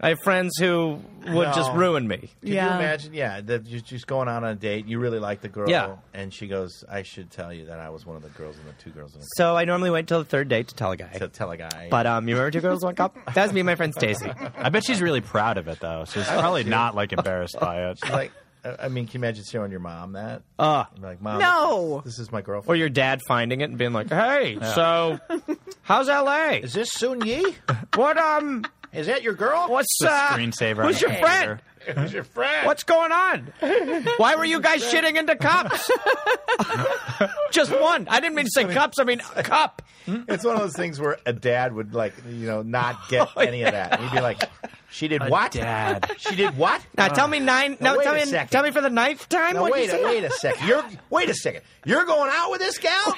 S3: I have friends who would just
S2: No.
S3: ruin me.
S2: Can you
S1: Yeah.
S2: imagine? Yeah, that you're just going out on a date. You really like the girl.
S3: Yeah.
S2: And she goes, "I should tell you that I was one of the girls in the two girls in the
S3: So I normally wait till the third date to tell a guy.
S2: to tell a guy."
S3: But um, you remember two girls one cup? That was me and my friend Stacy.
S4: I bet she's really proud of it though. She's probably not like embarrassed by it.
S2: like, I I mean, can you imagine showing your mom that?
S3: Uh,
S2: You'd be like, mom,
S1: No.
S2: this is my girlfriend.
S3: or your dad finding it and being like, "Hey, so how's L.A.?
S2: is this Soon Yi?
S3: What um,
S2: Is that your girl?
S3: what's
S4: It's a
S3: uh,
S4: screensaver.
S3: Who's
S4: on
S3: your
S4: the
S3: friend?
S4: computer.
S2: Who's your friend?
S3: What's going on? Why were you guys shitting into cups? Just one. I didn't mean to say cups. I mean cup.
S2: It's one of those things where a dad would like, you know, not get any of that. He'd be like, "She did what?
S4: dad.
S2: She did what?
S3: Now tell me nine.
S2: Now,
S3: No,
S2: wait
S3: tell
S2: a
S3: me.
S2: second.
S3: Tell me for the ninth time.
S2: Now
S3: what you
S2: wait, a,
S3: said?
S2: wait a second. You're wait a second. You're going out with this gal?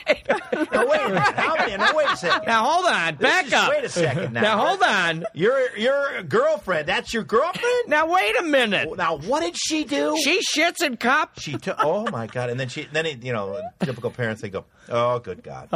S2: Now wait a minute. Now, wait a- now wait a second.
S3: Now hold on.
S2: This
S3: Back
S2: is-
S3: up.
S2: Wait a second. Now,
S3: Now hold on.
S2: Your your girlfriend. That's your girlfriend.
S3: Now wait a minute.
S2: Now what did she do?
S3: She shits in cups.
S2: She took. Oh my god! And then she. Then it, you know, typical parents. They go, "Oh, good god."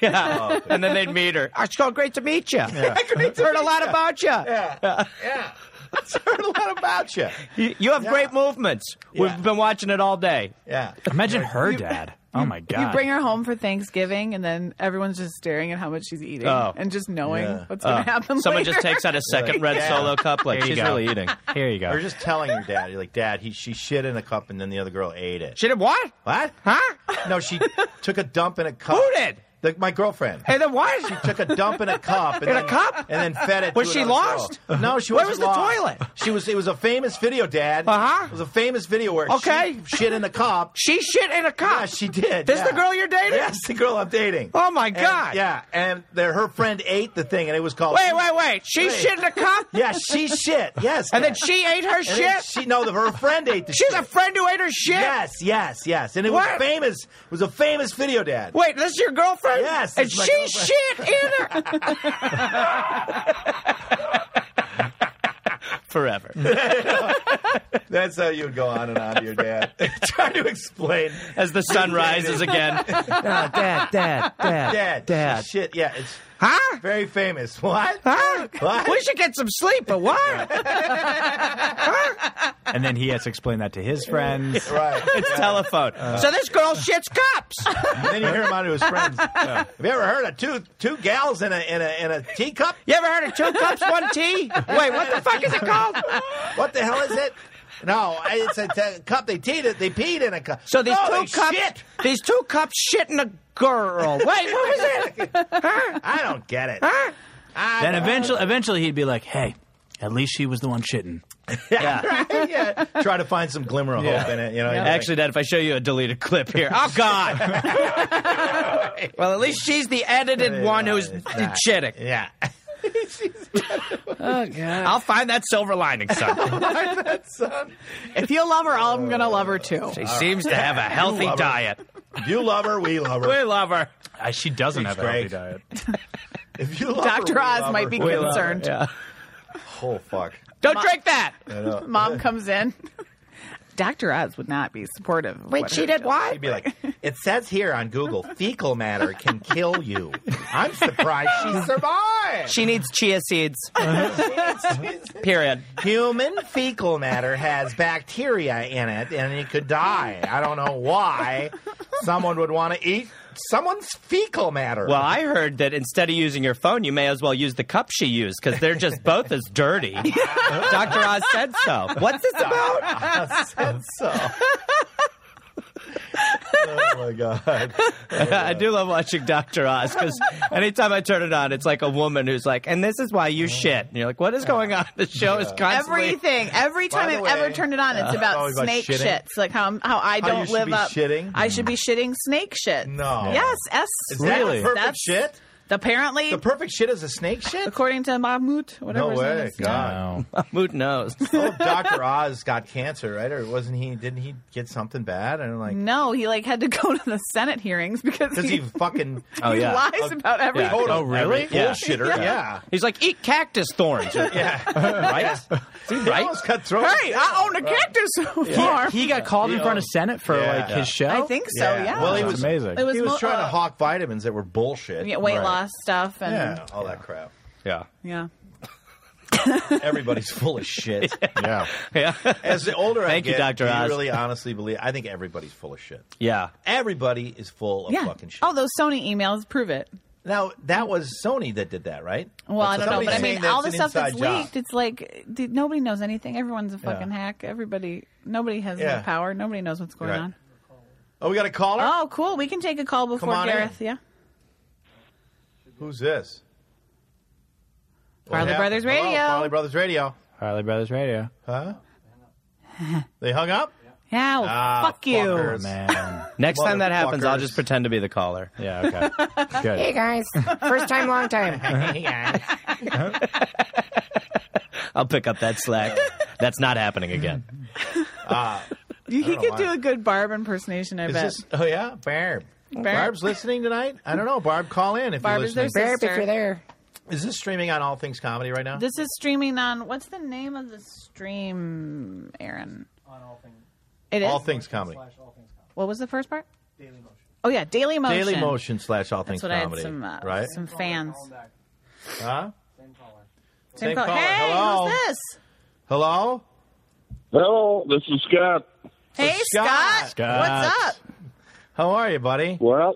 S3: Yeah. and then they'd meet her. Oh, it's going great to meet you. Heard a lot about you.
S2: yeah. Yeah. It's heard a lot about you.
S3: You, you have great movements.
S2: Yeah.
S3: We've been watching it all day.
S2: Yeah.
S4: Imagine her dad. Oh my god.
S1: You bring her home for Thanksgiving, and then everyone's just staring at how much she's eating
S3: Oh.
S1: and just knowing
S2: Yeah.
S1: what's going to happen.
S3: Someone
S1: later.
S3: just takes out a second red
S2: Yeah.
S3: solo cup. Like
S4: There you
S3: she's
S4: go.
S3: really eating.
S4: Here you go.
S2: Or just telling your dad, you're like, Dad, he she shit in a cup, and then the other girl ate it.
S3: She did what?
S2: What?
S3: Huh?
S2: No, she took a dump in a cup.
S3: Who did?
S2: The, my girlfriend.
S3: Hey, then what?
S2: took a dump in a cup. And
S3: In a
S2: then,
S3: cup?
S2: And then fed it.
S3: Was
S2: to
S3: she
S2: another girl.
S3: lost?
S2: No, she
S3: Where
S2: wasn't
S3: was the
S2: lost.
S3: toilet?
S2: She was. It was a famous video, Dad.
S3: Uh-huh.
S2: It was a famous video where
S3: Okay.
S2: she shit in a cup.
S3: She shit in a cup.
S2: Yeah, she did.
S3: This
S2: yeah.
S3: the girl you're dating?
S2: Yes, the girl I'm dating.
S3: Oh my
S2: And-
S3: God.
S2: yeah, and their her friend ate the thing, and it was called.
S3: Wait, wait, wait. She
S2: Wait.
S3: shit in a cup?
S2: Yeah, she shit. Yes.
S3: And then
S2: Dad.
S3: she ate her
S2: And then
S3: shit?
S2: She no, the, her friend ate the
S3: She's
S2: shit.
S3: a friend who ate her shit?
S2: Yes, yes, yes, and it was
S3: What?
S2: famous. It was a famous video, Dad.
S3: Wait, this is your girlfriend?
S2: Yes,
S3: And
S2: it's my
S3: she
S2: girlfriend.
S3: shit in her. Forever.
S2: That's how you would go on and on to your dad, trying to explain.
S3: As the sun rises again. dad, dad, dad,
S2: Dad, shit, yeah, it's
S3: Huh?
S2: very famous. What?
S3: Huh?
S2: What?
S3: We should get some sleep, but what?
S4: and then he has to explain that to his friends.
S2: Right. Uh,
S3: It's telephone. so this girl shits cups.
S2: And then you hear him out to his friends. Have you ever heard of two two gals in a in a in a teacup?
S3: You ever heard of two cups, one tea? Wait, what the fuck is it called?
S2: What the hell is it? No, I- it's a te- cup they teed it. They peed in a cup.
S3: So these
S2: No,
S3: two
S2: they
S3: cups,
S2: shit.
S3: these two cups shitting a girl. Wait, what was it?
S2: I don't get it. I
S4: Then
S2: don't-
S4: eventually, eventually he'd be like, "Hey, at least she was the one shitting."
S2: yeah. yeah. Try to find some glimmer of hope
S4: Yeah.
S2: in it. You know, you're like,
S3: Actually, Dad, if I show you a deleted clip here, oh God. well, at least she's the edited one who's
S2: It's not.
S3: shitting.
S2: yeah.
S3: I'll find that silver lining. Son,
S1: If you love her, I'm going to love her too.
S3: she seems to have a healthy
S2: love her.
S3: diet.
S2: If you love her, we love her.
S3: We love her.
S4: Uh, she doesn't have a
S2: great.
S4: healthy diet.
S2: if you love her,
S1: Dr.
S2: we
S1: Oz
S2: love
S1: might
S2: her.
S1: be
S2: We love her.
S1: concerned.
S3: Yeah.
S2: Oh fuck.
S3: Don't drink that.
S2: I know.
S1: Mom comes in. Dr. Oz would not be supportive. of
S3: Wait,
S1: what
S3: she
S1: her
S3: did
S1: doing.
S3: what?
S2: He'd be like, it says here on Google, fecal matter can kill you. I'm surprised she survived.
S3: She needs chia seeds. Period.
S2: Human fecal matter has bacteria in it and it could die. I don't know why someone would want to eat someone's fecal matter.
S3: Well, I heard that instead of using your phone, you may as well use the cup she used because they're just both as dirty. Dr. Oz said so. What's this about?
S2: I said so. oh my god.
S3: I do love watching Dr. Oz because anytime I turn it on, it's like a woman who's like, and this is why you shit. And you're like, what is going on? The show is constantly.
S1: Everything. Every time
S2: the
S1: I've
S2: way, uh,
S1: ever turned it on, it's about
S2: always about
S1: snake
S2: shitting.
S1: shits. Like how, how I
S2: How
S1: don't
S2: you should
S1: live
S2: be
S1: up.
S2: shitting?
S1: I should be shitting snake shit.
S2: No.
S1: Yes. S.
S2: Is that the
S4: Really?
S2: perfect
S1: That's-
S2: shit?
S1: Apparently,
S2: The perfect shit is a snake shit?
S1: according to Mahmoud, whatever
S2: No
S1: his name
S2: way.
S1: is.
S2: God.
S3: Moot knows.
S2: Oh, Dr. Oz got cancer, right? Or wasn't he? Didn't he get something bad? And
S3: Mm.
S2: like,
S1: No, he like had to go to the Senate hearings because
S2: because
S1: he,
S2: he fucking
S3: Oh,
S1: he
S3: yeah.
S1: lies about everything.
S2: total
S4: Oh, really?
S2: bullshitter.
S1: Yeah.
S2: Yeah,
S3: He's like, eat cactus thorns, right?
S2: yeah.
S3: Is he
S2: He
S3: right?
S2: almost got thrown.
S1: Hey, I own a cactus farm.
S4: He got called in front of Senate for
S2: Yeah.
S4: like his show.
S1: I think so. Yeah.
S2: Well, he
S4: That's
S2: was
S4: amazing.
S1: It was-
S2: He was
S1: mo-
S2: trying to
S1: uh,
S2: hawk vitamins that were bullshit.
S1: Yeah, weight
S2: Right.
S1: loss stuff and
S2: Yeah, all that crap.
S3: Yeah.
S1: yeah.
S2: Everybody's full of shit.
S4: yeah.
S3: Yeah.
S2: As the older
S3: Thank
S2: I
S3: you,
S2: get,
S3: Dr.
S2: do
S3: Oz.
S2: really honestly believe I think everybody's full of shit.
S3: Yeah.
S2: Everybody is full of
S1: Yeah.
S2: fucking shit.
S1: Oh, those Sony emails prove it.
S2: Now that was Sony that did that, right?
S1: Well, I
S2: That's
S1: don't know,
S2: somebody
S1: but I
S2: saying
S1: mean,
S2: that's
S1: all the
S2: an
S1: stuff that's
S2: inside job.
S1: leaked, it's like dude, nobody knows anything. Everyone's a fucking
S4: Yeah.
S1: hack. Everybody, nobody has
S2: Yeah.
S1: the power. Nobody knows what's going
S2: Right.
S1: on.
S2: Oh, we got a caller.
S1: Oh, cool. We can take a call before
S2: on in.
S1: Gareth. Yeah,
S2: Who's this? What
S1: Farley
S2: happened?
S1: Brothers
S2: Hello,
S1: Radio.
S2: Farley Brothers Radio.
S4: Harley Brothers Radio.
S2: Huh? they hung up.
S1: yeah. Well,
S2: Ah,
S1: fuck you.
S2: fuckers.
S4: Oh, man.
S3: Next time that happens, I'll just
S2: Motherfuckers.
S3: pretend to be the caller.
S4: yeah. Okay.
S5: Hey
S4: Good.
S5: guys, first time, long time.
S3: I'll pick up that slack. That's not happening again.
S2: Ah.
S1: He
S2: know
S1: could
S2: why.
S1: do a good Barb impersonation. I
S2: Is
S1: bet.
S2: this? Oh yeah, Barb. Barb's listening tonight. I don't know. Barb, call in if
S1: Barb
S2: you're
S1: is there.
S2: listening.
S5: Barb, if you're there,
S2: Is this streaming on All Things Comedy right now?
S1: This is streaming on what's the name of the stream, Aaron?
S6: on all things
S1: It is.
S2: All Things Comedy.
S6: slash all things comedy.
S1: what was the first part?
S6: Daily motion.
S1: Oh yeah, Daily Motion.
S2: Daily Motion slash All
S1: That's
S2: Things
S1: what I had
S2: Comedy.
S1: some, uh,
S2: right?
S1: some fans.
S6: Call back.
S2: Huh?
S6: Same caller.
S2: Same
S1: call-
S2: caller.
S1: Hey,
S2: Hello.
S1: who's this?
S2: Hello.
S7: Hello, this is Scott.
S1: Hey,
S2: Scott.
S1: Scott.
S2: Uh,
S4: Scott.
S1: What's up?
S2: How are you, buddy?
S7: Well,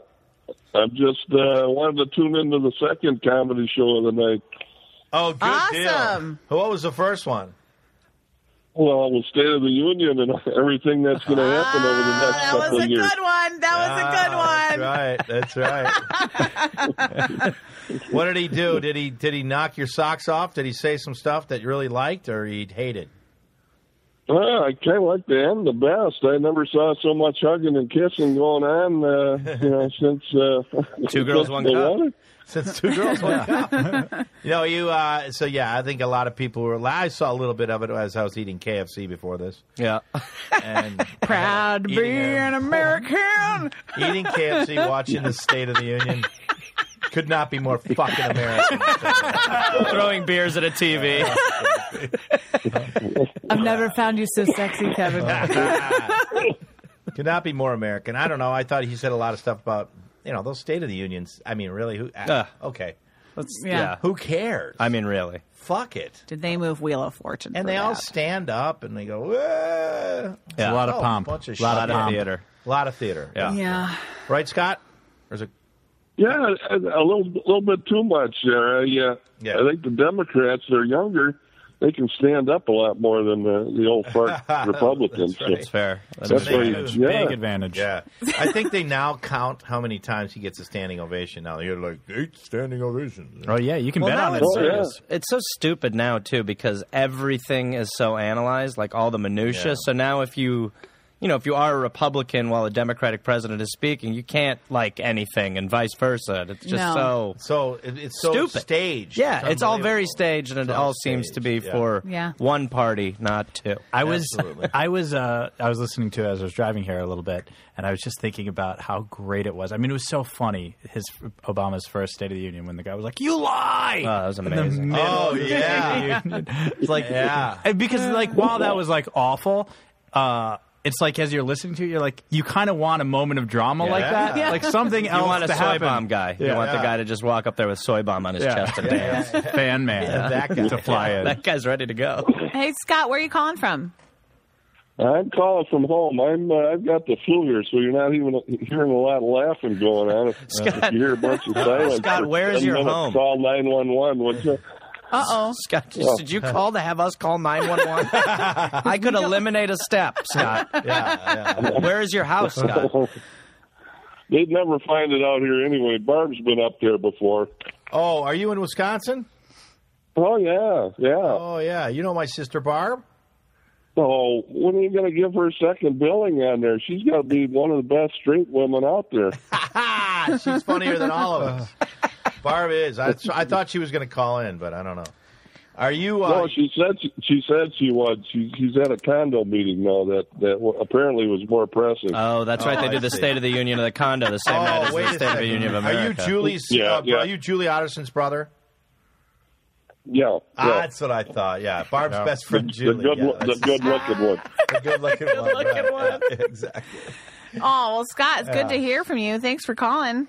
S7: I just uh, wanted to tune into the second comedy show of the night.
S2: Oh, good
S1: Awesome.
S2: deal. What was the first one?
S7: Well, with State of the Union and everything that's going to happen over the
S1: Oh,
S7: next
S1: that
S7: couple
S1: was a
S7: of years.
S1: good one.
S2: Ah,
S1: That was a good one.
S2: That's right. That's right. what did he do? Did he did he knock your socks off? Did he say some stuff that you really liked or he hated?
S7: Well, I kind of like the end the best. I never saw so much hugging and kissing going on, uh, you know, since uh,
S3: Two girls,
S7: since
S3: one
S7: the
S3: cup.
S7: wedding.
S2: Since two girls one cup. you know, you. Uh, so yeah, I think a lot of people were. I saw a little bit of it as I was eating KFC before this,
S3: Yeah.
S2: and
S1: Proud to be
S2: Eating a-
S1: an American.
S2: eating KFC, watching the State of the Union. Could not be more fucking American.
S3: Throwing beers at a TV.
S1: I've never found you so sexy, Kevin.
S2: Could not be more American. I don't know. I thought he said a lot of stuff about you know those State of the Unions. I mean, really? Who? uh,
S3: Ugh.
S2: okay.
S3: Let's-
S1: Yeah.
S2: Who cares?
S3: I mean, really.
S2: fuck it.
S1: Did they move Wheel of Fortune?
S2: And
S1: for
S2: they all
S1: that?
S2: stand up and they go, "Whoa."
S3: Yeah.
S4: A lot of
S2: Oh,
S4: pomp.
S2: bunch of
S4: a lot
S2: shit.
S4: of
S2: Yeah.
S4: pomp.
S3: theater.
S2: A lot of theater.
S3: Yeah.
S1: Yeah.
S2: Right, Scott? There's a
S7: Yeah, a a little, little bit too much there. I, uh,
S2: Yeah.
S7: I think the Democrats are younger; they can stand up a lot more than the, the old fart Republicans.
S2: That's right.
S3: It's fair. That
S7: That's
S3: is-
S2: They
S7: why,
S2: do.
S7: you- yeah,
S4: Big advantage.
S2: Yeah. I think they now count how many times he gets a standing ovation now. You're like, eight standing ovations.
S4: Oh yeah, you can
S3: Well,
S4: bet
S3: now
S4: on it.
S3: it's-
S7: Oh, yeah.
S3: It's so stupid now too because everything is so analyzed, like all the minutia.
S2: Yeah.
S3: So now if you, you know, if you are a Republican while a Democratic president is speaking, you can't like anything, and vice versa. It's just
S1: No.
S3: so.
S2: So it, it's so
S3: Stupid.
S2: staged.
S3: Yeah, it's, all very
S2: unbelievable.
S3: staged, and it
S2: all
S3: all seems to be
S2: staged, yeah.
S3: for
S1: Yeah.
S3: one party, not two.
S4: I was
S2: Absolutely.
S4: I was uh, I was listening to it as I was driving here a little bit, and I was just thinking about how great it was. I mean, it was so funny. His Obama's first State of the Union when the guy was like, "You lie!"
S3: Oh, that was amazing.
S2: Oh, yeah.
S4: It's like
S2: Yeah.
S4: and because like while that was like awful, uh, it's like as you're listening to it, you're like you kind of want a moment of drama like that,
S2: Yeah.
S4: like something
S3: You
S4: else
S3: want a
S4: to
S3: soy
S4: happen.
S3: bomb guy. you want
S2: yeah.
S3: the guy to just walk up there with soy bomb on his
S4: Yeah.
S3: chest and
S4: Yeah.
S3: dance.
S4: fan man,
S2: that guy.
S4: to fly in.
S3: That guy's ready to go.
S1: Hey, Scott, where are you calling from?
S7: I'm calling from home. I'm uh, I've got the flu here, so you're not even hearing a lot of laughing going on. If,
S3: Scott-
S7: if you hear a bunch of silence,
S3: Scott,
S7: for
S3: where is
S7: 10
S3: your
S7: minutes,
S3: home?
S7: Call nine one one, would you?
S1: Uh oh.
S3: Scott, did you call to have us call 911? I could eliminate a step, Scott.
S2: Yeah, yeah.
S3: Where is your house, Scott?
S7: They'd never find it out here anyway. Barb's been up there before.
S2: Oh, are you in Wisconsin?
S7: Oh yeah, yeah.
S2: Oh, yeah. You know my sister Barb?
S7: So Oh, when are you going to give her a second billing on there? She's got to be one of the best straight women out there.
S2: Ah, she's funnier than all of us. Barb is. I, I thought she was going to call in, but I don't know. Are you? Uh,
S7: No, she said she, she said she was. She, she's at a condo meeting now that that wa- apparently was more pressing.
S3: Oh, that's right.
S2: Oh,
S3: They
S2: I
S3: do the
S2: see.
S3: State of the Union of the condo the same night as
S2: wait
S3: the State
S2: a
S3: of the
S2: second.
S3: Union of America.
S2: Are you Julie's?
S7: Yeah,
S2: uh,
S7: yeah.
S2: Are you Julie Otterson's brother?
S7: yeah, yeah.
S2: Ah, that's what I thought. Yeah, Barb's best friend
S7: the
S2: Julie.
S7: good,
S2: yeah,
S7: one- the
S2: that's
S7: good looking one.
S2: the good looking one.
S1: looking
S2: right. Yeah, exactly.
S1: Oh, well, Scott, it's good to hear from you. Thanks for calling.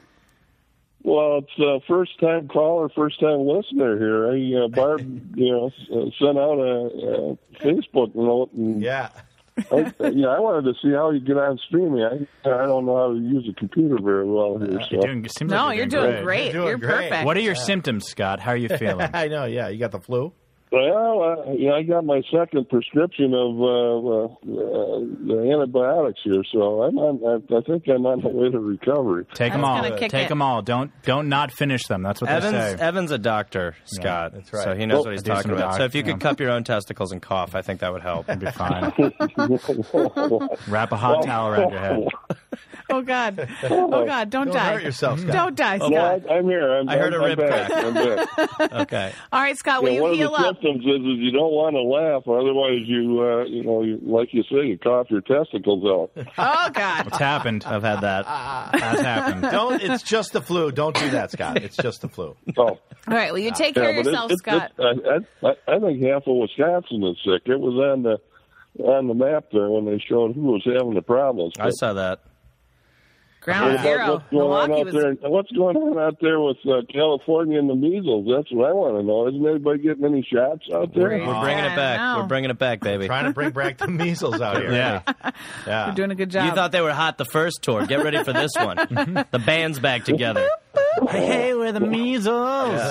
S7: Well, it's uh, first time caller, first time listener here. I, uh, Barb, you know, s- uh, sent out a, uh Facebook note and
S2: Yeah.
S7: I, yeah, I wanted to see how you get on streaming. I, I don't know how to use a computer very well here. So.
S4: You're doing, it seems
S1: No,
S4: like
S1: you're doing
S2: You're
S1: great.
S2: doing
S1: You're
S2: great.
S1: perfect.
S4: What are your symptoms, Scott? How are you feeling?
S2: I know. Yeah, you got the flu.
S7: Well, uh, yeah, I got my second prescription of uh, uh, uh, the antibiotics here, so I'm on, I, I think I'm on the way to recovery.
S4: Take them
S1: was
S4: all.
S1: gonna kick
S4: Take
S1: it.
S4: them all. Don't don't not finish them. That's what
S3: Evan's
S4: they say.
S3: Evan's a doctor, Scott.
S2: that's right.
S3: So he knows
S7: Well,
S3: what he's
S4: I do some
S3: talking about.
S4: doc-
S3: so if you
S4: yeah.
S3: could cup your own testicles and cough, I think that would help.
S4: Be fine. Wrap a hot towel around your head.
S1: oh God! Oh God! Don't,
S2: Don't
S1: die.
S2: hurt yourself, Scott.
S1: Don't die, Scott.
S7: no, I, I'm here. I'm,
S3: I heard
S7: I'm,
S3: a
S7: I'm
S3: rib
S7: back.
S3: crack.
S7: I'm back.
S3: Okay.
S1: All right, Scott. Will
S7: Yeah, one
S1: you
S7: of
S1: heal
S7: the
S1: up?
S7: symptoms is, is you don't want to laugh, otherwise you uh, you know you, like you say you cough your testicles out.
S1: Oh God!
S4: It's happened. I've had that.
S2: Ah,
S4: That's happened.
S2: Don't. It's just the flu. Don't do that, Scott. It's just the flu.
S7: So.
S1: All right. Well, you take
S7: Yeah,
S1: care of
S7: but
S1: yourself,
S7: it's-
S1: Scott.
S7: it's- it's- I, I, I think half of Wisconsin is sick. It was on the on the map there when they showed who was having the problems.
S3: I saw that.
S1: Ground
S7: What about
S1: zero.
S7: What's going on
S1: Milwaukee
S7: out
S1: was.
S7: there? What's going on out there with uh, California and the measles? That's what I want to know. Isn't anybody getting any shots out there?
S1: Right.
S3: We're bringing
S1: Yeah,
S3: it back.
S1: no.
S3: We're bringing it back, baby.
S2: Trying to bring back the measles out here.
S4: Yeah.
S2: Yeah.
S1: You're doing a good job.
S3: You thought they were hot the first tour. Get ready for this one. the band's back together.
S4: Hey, we're the measles.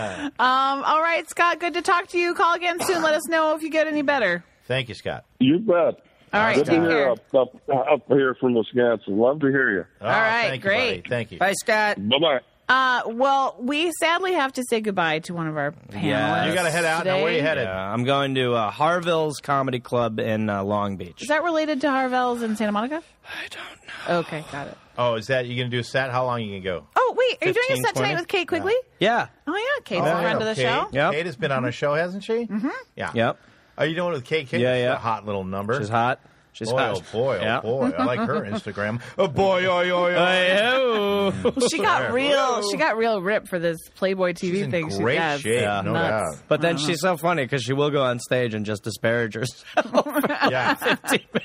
S1: um. All right, Scott. Good to talk to you. Call again soon. Let us know if you get any better.
S2: Thank you, Scott.
S7: You bet.
S1: All right.
S7: Good to
S1: take
S7: hear
S1: care.
S7: up, up, up here from Wisconsin. Love to hear you.
S2: All
S1: right,
S2: Ah, thank You,
S1: great.
S2: buddy. Thank you.
S5: Bye, Scott.
S7: Bye bye.
S1: Uh, well, we sadly have to say goodbye to one of our panelists.
S3: Yes.
S2: You got to head out. Now, where you
S1: today.
S2: headed?
S3: Yeah, I'm going to uh, Harville's Comedy Club in uh, Long Beach.
S1: Is that related to Harvell's in Santa Monica? I don't know. Okay, got it.
S2: Oh, is that you going to do a set? How long you going to go?
S1: Oh wait, are you doing a
S3: 15,
S1: set tonight
S3: 20?
S1: with Kate Quigley?
S3: yeah.
S1: Oh yeah, Kate's a friend of the
S2: Kate.
S1: show.
S3: Yep.
S2: Kate has been on our show, hasn't she? Mm-hmm. Yeah.
S3: Yep.
S2: Are you doing it with Kate? Kate
S3: Yeah,
S2: is
S3: yeah.
S2: A hot little number.
S3: She's hot. She's
S2: Boy,
S3: hot.
S2: oh boy, oh
S3: Yeah.
S2: boy! I like her Instagram. Oh boy, oh oh
S3: Hey,
S2: oh.
S3: oh.
S1: She got real. She got real rip for this Playboy TV
S2: She's in
S1: thing. she
S2: great
S1: does.
S2: shape,
S3: Yeah.
S2: no
S1: Nuts. Uh-huh.
S2: doubt.
S3: But then she's so funny because she will go on stage and just disparage herself.
S2: Yeah,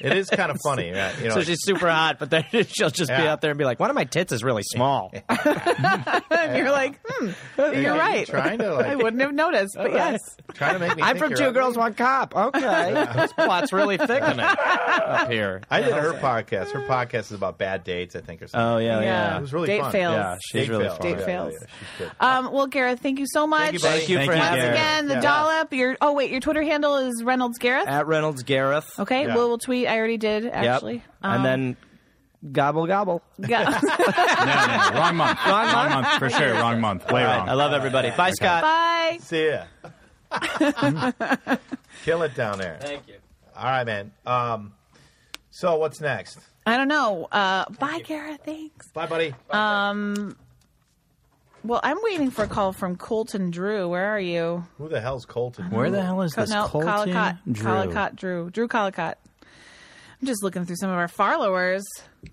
S2: it is kind of funny. Yeah, you know,
S3: so she's super hot, but then she'll just be
S2: Yeah.
S3: out there and be like, "One of my tits is really small."
S1: And you're like, hmm,
S2: Yeah,
S1: you're right.
S2: Trying to
S1: I
S2: like,
S1: wouldn't have noticed, but yes.
S2: trying to make me.
S3: I'm
S2: think
S3: from
S2: you're
S3: Two
S2: ugly.
S3: Girls One Cop. Okay, this plot's really thickening up here.
S2: I did her podcast. Her podcast is about bad dates, I think, or something.
S3: Oh yeah, yeah.
S1: Yeah.
S2: it was really
S1: Date
S2: fun.
S1: fails.
S3: Yeah, she's
S2: Date
S3: really
S2: fails.
S3: funny.
S1: Date fails.
S2: Yeah, yeah, she's good.
S1: Um, well, Gareth, thank you so much.
S2: you, buddy.
S3: Thank you
S4: Thank
S3: for
S4: you,
S3: having
S4: Gareth.
S3: me.
S1: Again, the
S2: Yeah.
S1: dollop. Your oh wait, your Twitter handle is Reynolds Gareth.
S3: At Reynolds Gareth.
S1: okay,
S2: Yeah.
S1: we'll, we'll tweet. I already did
S3: Yep.
S1: actually. Um,
S3: and then
S2: um,
S3: gobble gobble.
S1: go-
S4: No, no, no, wrong month. Wrong month. for sure. Wrong month. Way
S3: All
S4: wrong.
S3: right, I love everybody. Bye, Scott.
S1: bye.
S2: See ya. Kill it down there.
S3: Thank you.
S2: All right, man. Um, so what's next?
S1: I don't know. Uh, bye, Gareth. Thanks. Um,
S2: Bye, buddy.
S1: Well, I'm waiting for a call from Colton Drew. Where are you?
S2: Who the hell's Colton?
S4: Where the hell is
S1: Co-
S4: this
S1: no,
S4: Colton
S1: Collicott.
S4: Drew?
S1: Collicott Drew. Drew Collicott. I'm just looking through some of our followers.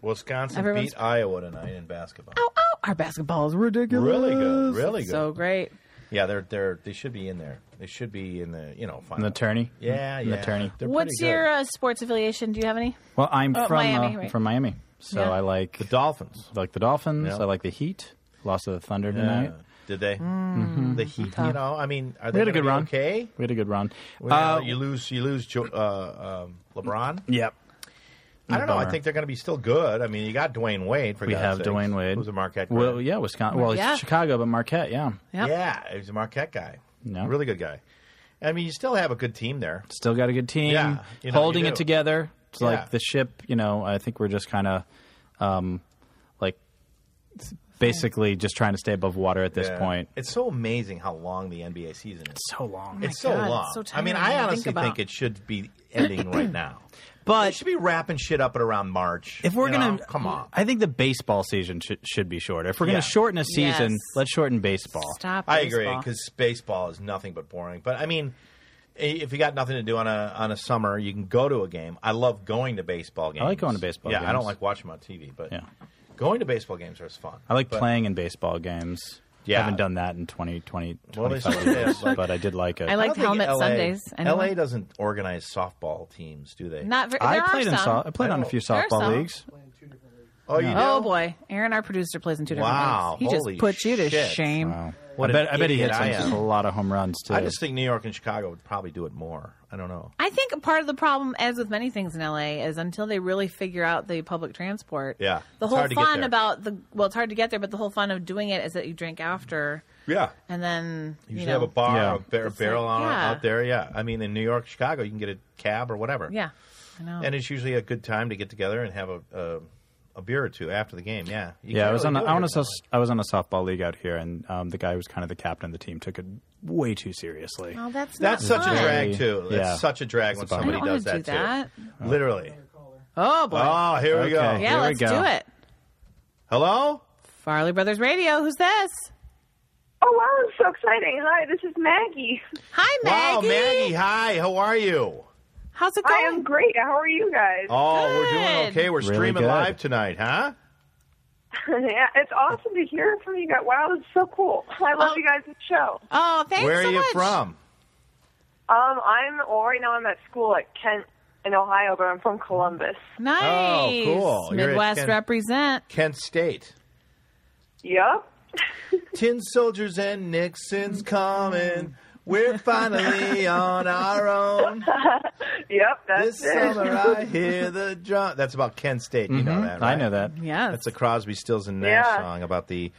S2: Wisconsin
S1: Everyone's-
S2: beat Iowa tonight in basketball.
S1: Oh, oh, our basketball is ridiculous.
S2: Really good. Really good.
S1: So great.
S2: yeah, they're they're they should be in there. They should be in the you know
S4: An
S2: final.
S4: attorney. Mm,
S2: yeah,
S4: An
S2: yeah.
S4: attorney.
S2: They're
S1: What's
S2: pretty good.
S1: your uh, sports affiliation? Do you have any?
S4: Well, I'm
S1: Oh,
S4: from
S1: Miami,
S4: uh,
S1: right.
S4: from Miami, so
S1: Yeah.
S4: I like
S2: the Dolphins?
S4: like the Dolphins.
S2: Yeah.
S4: I like the Heat. Lost to the Thunder
S2: Yeah.
S4: tonight. Mm-hmm.
S2: Did they? Mm-hmm. The Heat. You know, I mean, are they
S4: had a
S2: gonna
S4: good
S2: be
S4: run.
S2: Okay.
S4: We had a good run. Uh,
S2: Well, you lose. You lose. Jo- Uh, um, LeBron.
S4: Yep.
S2: I don't know. I
S4: bummer.
S2: think they're going to be still good. I mean, you got Dwayne Wade. For
S4: We
S2: God's
S4: have
S2: sakes.
S4: Dwayne Wade.
S2: Who's a Marquette? guy.
S4: Well, yeah, Wisconsin. Well,
S1: Yeah.
S4: it's Chicago, but Marquette, yeah.
S1: Yep.
S2: yeah, he's a Marquette guy.
S4: No.
S2: really good guy. I mean, you still have a good team there.
S4: Still got a good team.
S2: Yeah, you know,
S4: holding
S2: you
S4: it
S2: do.
S4: together. It's
S2: Yeah.
S4: like the ship, you know, I think we're just kind of um, like basically just trying to stay above water at this
S2: Yeah.
S4: point.
S2: It's so amazing how long the NBA season is.
S4: so long.
S2: it's so
S1: God, it's
S2: long.
S1: so
S2: I
S1: tiring to
S2: mean, I
S1: think
S2: honestly think,
S1: about.
S2: it should be ending right now. It
S4: but
S2: should be wrapping shit up at around March.
S4: if we're
S2: you
S4: going
S2: know? come on,
S4: I think the baseball season should, should be shorter. If we're
S2: Yeah.
S4: going to shorten a season,
S1: Yes.
S4: let's shorten baseball.
S1: Stop.
S2: I agree
S1: baseball.
S2: because baseball is nothing but boring. But I mean, i- if you got nothing to do on a on a summer, you can go to a game. I love going to baseball games.
S4: like going to baseball
S2: Yeah, I
S4: games.
S2: don't like watching them on TV, but
S4: Yeah.
S2: going to baseball games is fun.
S4: I like
S2: But-
S4: playing in baseball games.
S2: Yeah.
S4: haven't done that in 20, 20
S2: Well, they
S4: 25
S2: still
S4: years,
S2: did, like-
S4: but I did like it.
S1: I
S2: I
S1: like
S2: don't think
S1: helmet
S2: LA
S1: Sundays. Anyone?
S2: LA doesn't organize softball teams, do they?
S1: Not very,
S4: I
S1: there are
S4: played in
S1: some.
S4: so- I played on a few
S1: There are
S4: softball
S1: some.
S4: leagues.
S2: oh, you
S1: Oh
S2: do?
S1: boy, Aaron, our producer, plays in two different
S2: Wow,
S1: leagues. He
S2: holy
S1: just put you to
S2: shit.
S1: shame.
S4: Wow.
S2: What
S4: I
S2: an
S4: bet, I bet he
S2: idiot
S4: hits
S2: I
S4: him
S2: am.
S4: a lot of home runs too.
S2: I just think New York and Chicago would probably do it more. I don't know.
S1: I think part of the problem, as with many things in LA, is until they really figure out the public transport.
S2: Yeah.
S1: The
S2: It's
S1: whole
S2: hard to get
S1: fun
S2: there.
S1: about the well, it's hard to get there, but the whole fun of doing it is that you drink after,
S2: Yeah.
S1: and then
S2: You
S1: you,
S2: should
S1: know,
S2: have a bar,
S4: Yeah.
S2: a, bar-
S1: It's
S2: barrel
S1: like-
S2: on,
S1: yeah.
S2: out there. Yeah. I mean, in New York, Chicago, you can get a cab or whatever.
S1: Yeah, I know.
S2: And it's usually a good time to get together and have a, a, a beer or two after the game. Yeah.
S4: Yeah,
S2: You can't
S4: I was on.
S2: really
S4: A,
S2: do it
S4: I,
S2: here
S4: was
S2: that
S4: a,
S2: way.
S4: I was on a softball league out here, and um, the guy who was kind of the captain of the team took it way too seriously.
S1: oh, that's
S2: That's
S1: not
S2: such
S1: fun.
S2: a drag too.
S4: Yeah.
S2: It's such a drag when
S4: a bummer.
S2: somebody
S1: I don't
S2: does
S1: wanna
S2: that
S1: do that.
S2: too. Literally.
S1: Oh boy.
S2: Oh, here we go.
S4: Okay.
S1: yeah,
S4: here we
S1: let's
S4: go.
S1: do it.
S2: Hello.
S1: Farley Brothers Radio. Who's this?
S6: Oh wow, it's so exciting. Hi, this is Maggie.
S1: Hi, Maggie.
S2: Wow, Maggie. Hi. How are you?
S1: How's it
S6: I
S1: going?
S6: am great. How are you guys?
S2: Oh, we're doing
S1: Good.
S2: okay. We're
S4: Really
S2: streaming
S4: good.
S2: live tonight, huh?
S6: yeah, it's awesome to hear from you guys. Wow, it's so cool. I love
S1: Oh.
S6: you guys' show.
S1: oh, thanks
S2: Where
S1: so
S2: are you
S1: much.
S2: from?
S6: Um, I'm well, right now I'm at school at Kent in Ohio, but I'm from Columbus.
S1: Nice.
S2: Oh, cool. You're at
S1: Midwest
S2: Ken-
S1: represent.
S2: Kent State.
S6: Yep.
S2: Tin soldiers and Nixon's coming. We're finally on our own.
S6: Yep,
S2: This
S6: that's it.
S2: summer I hear the drum. That's about Kent State. You know that, right?
S4: Mm-hmm. I know that.
S1: Yes.
S2: That's a Crosby, Stills, and Nash
S6: Yeah.
S2: song about the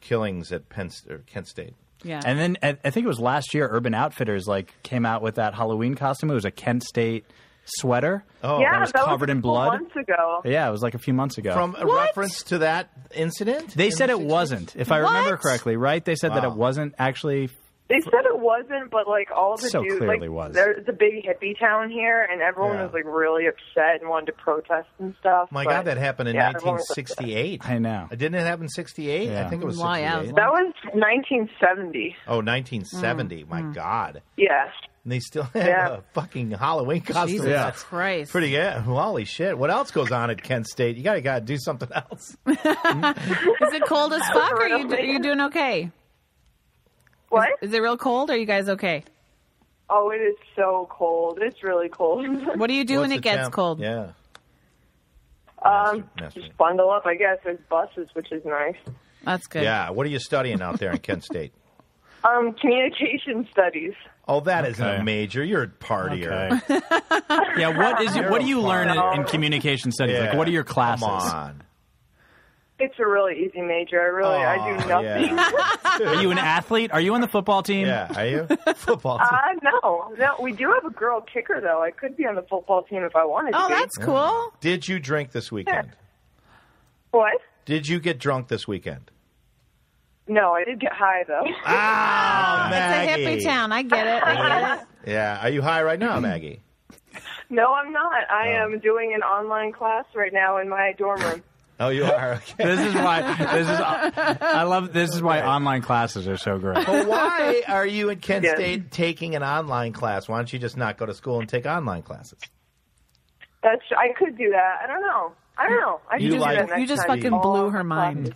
S2: killings at Penn or Kent State.
S1: yeah.
S4: And then I I think it was last year, Urban Outfitters like came out with that Halloween costume. It was a Kent State sweater.
S2: Oh,
S6: yeah,
S4: that was covered
S6: a
S4: in
S6: couple
S4: blood?
S6: months ago.
S4: Yeah, it was like a few months ago.
S2: from a reference to that incident.
S4: they
S2: in
S4: said
S2: the
S4: it
S2: 60s?
S4: wasn't, if I remember
S1: What?
S4: correctly, right? They said that
S2: Wow.
S4: it wasn't actually.
S6: They said it wasn't, but like all the
S4: So
S6: dudes,
S4: clearly
S6: like
S4: was.
S6: there's a big hippie town here, and everyone
S2: Yeah.
S6: was like really upset and wanted to protest and stuff.
S2: My
S6: but-
S2: God, that happened in
S6: yeah, everyone was upset.
S2: 1968.
S4: I know.
S2: Didn't it happen in 68? I
S4: Yeah.
S2: think it was
S1: Well, yeah, it
S2: 68.
S1: was
S6: That was 1970.
S2: Oh,
S1: Mm,
S2: 1970. My God.
S6: Yeah.
S2: And they still have
S6: Yeah.
S2: a fucking Halloween costume.
S1: Jesus
S2: That's
S1: Christ.
S2: Pretty good. Holy shit. What else goes on at Kent State? You got to gotta do something else.
S1: Is it cold as fuck? Or are you, are you doing okay?
S6: What?
S1: Is it real cold? Or are you guys okay?
S6: Oh, it is so cold. It's really cold.
S1: What do you do
S2: What's
S1: when
S2: the
S1: it gets
S2: temp?
S1: cold?
S2: Yeah.
S6: um,
S2: Yes, yes.
S6: just bundle up, I guess. There's buses, which is nice.
S1: That's good.
S2: Yeah. What are you studying out there in Kent State?
S6: Um, communication studies.
S2: Oh, that not
S4: Okay.
S2: a major. You're a partier.
S4: Okay. yeah, what is
S2: You're
S4: what do you
S2: a
S4: learn
S2: part-
S4: in, in communication studies?
S2: Yeah.
S4: Like, what are your classes?
S2: Come on.
S6: It's a really easy major. I really, I
S2: Aw,
S6: do nothing.
S2: yeah.
S4: Are you an athlete? Are you on the football team?
S2: yeah. Are you? Football team.
S6: Uh, no, no. We do have a girl kicker, though. I could be on the football team if I wanted
S1: Oh,
S6: to. be.
S1: that's cool.
S2: Did you drink this weekend?
S6: what?
S2: Did you get drunk this weekend?
S6: No, I did get high though.
S2: Ah, Maggie.
S1: It's a hippie town. I get it. I get it.
S2: Yeah. Are you high right now, Maggie?
S6: no, I'm not. I am doing an online class right now in my dorm room.
S2: Oh, you are. Okay.
S4: This is why. This is. I love. This is why online classes are so great.
S2: But why are you in Kent
S6: Yes.
S2: State taking an online class? Why don't you just not go to school and take online classes?
S6: That's. I could do that. I don't know. I don't know. I
S2: You
S6: should do
S2: like-
S6: that next
S1: You just
S6: time.
S1: fucking
S6: All
S1: blew her
S6: classes.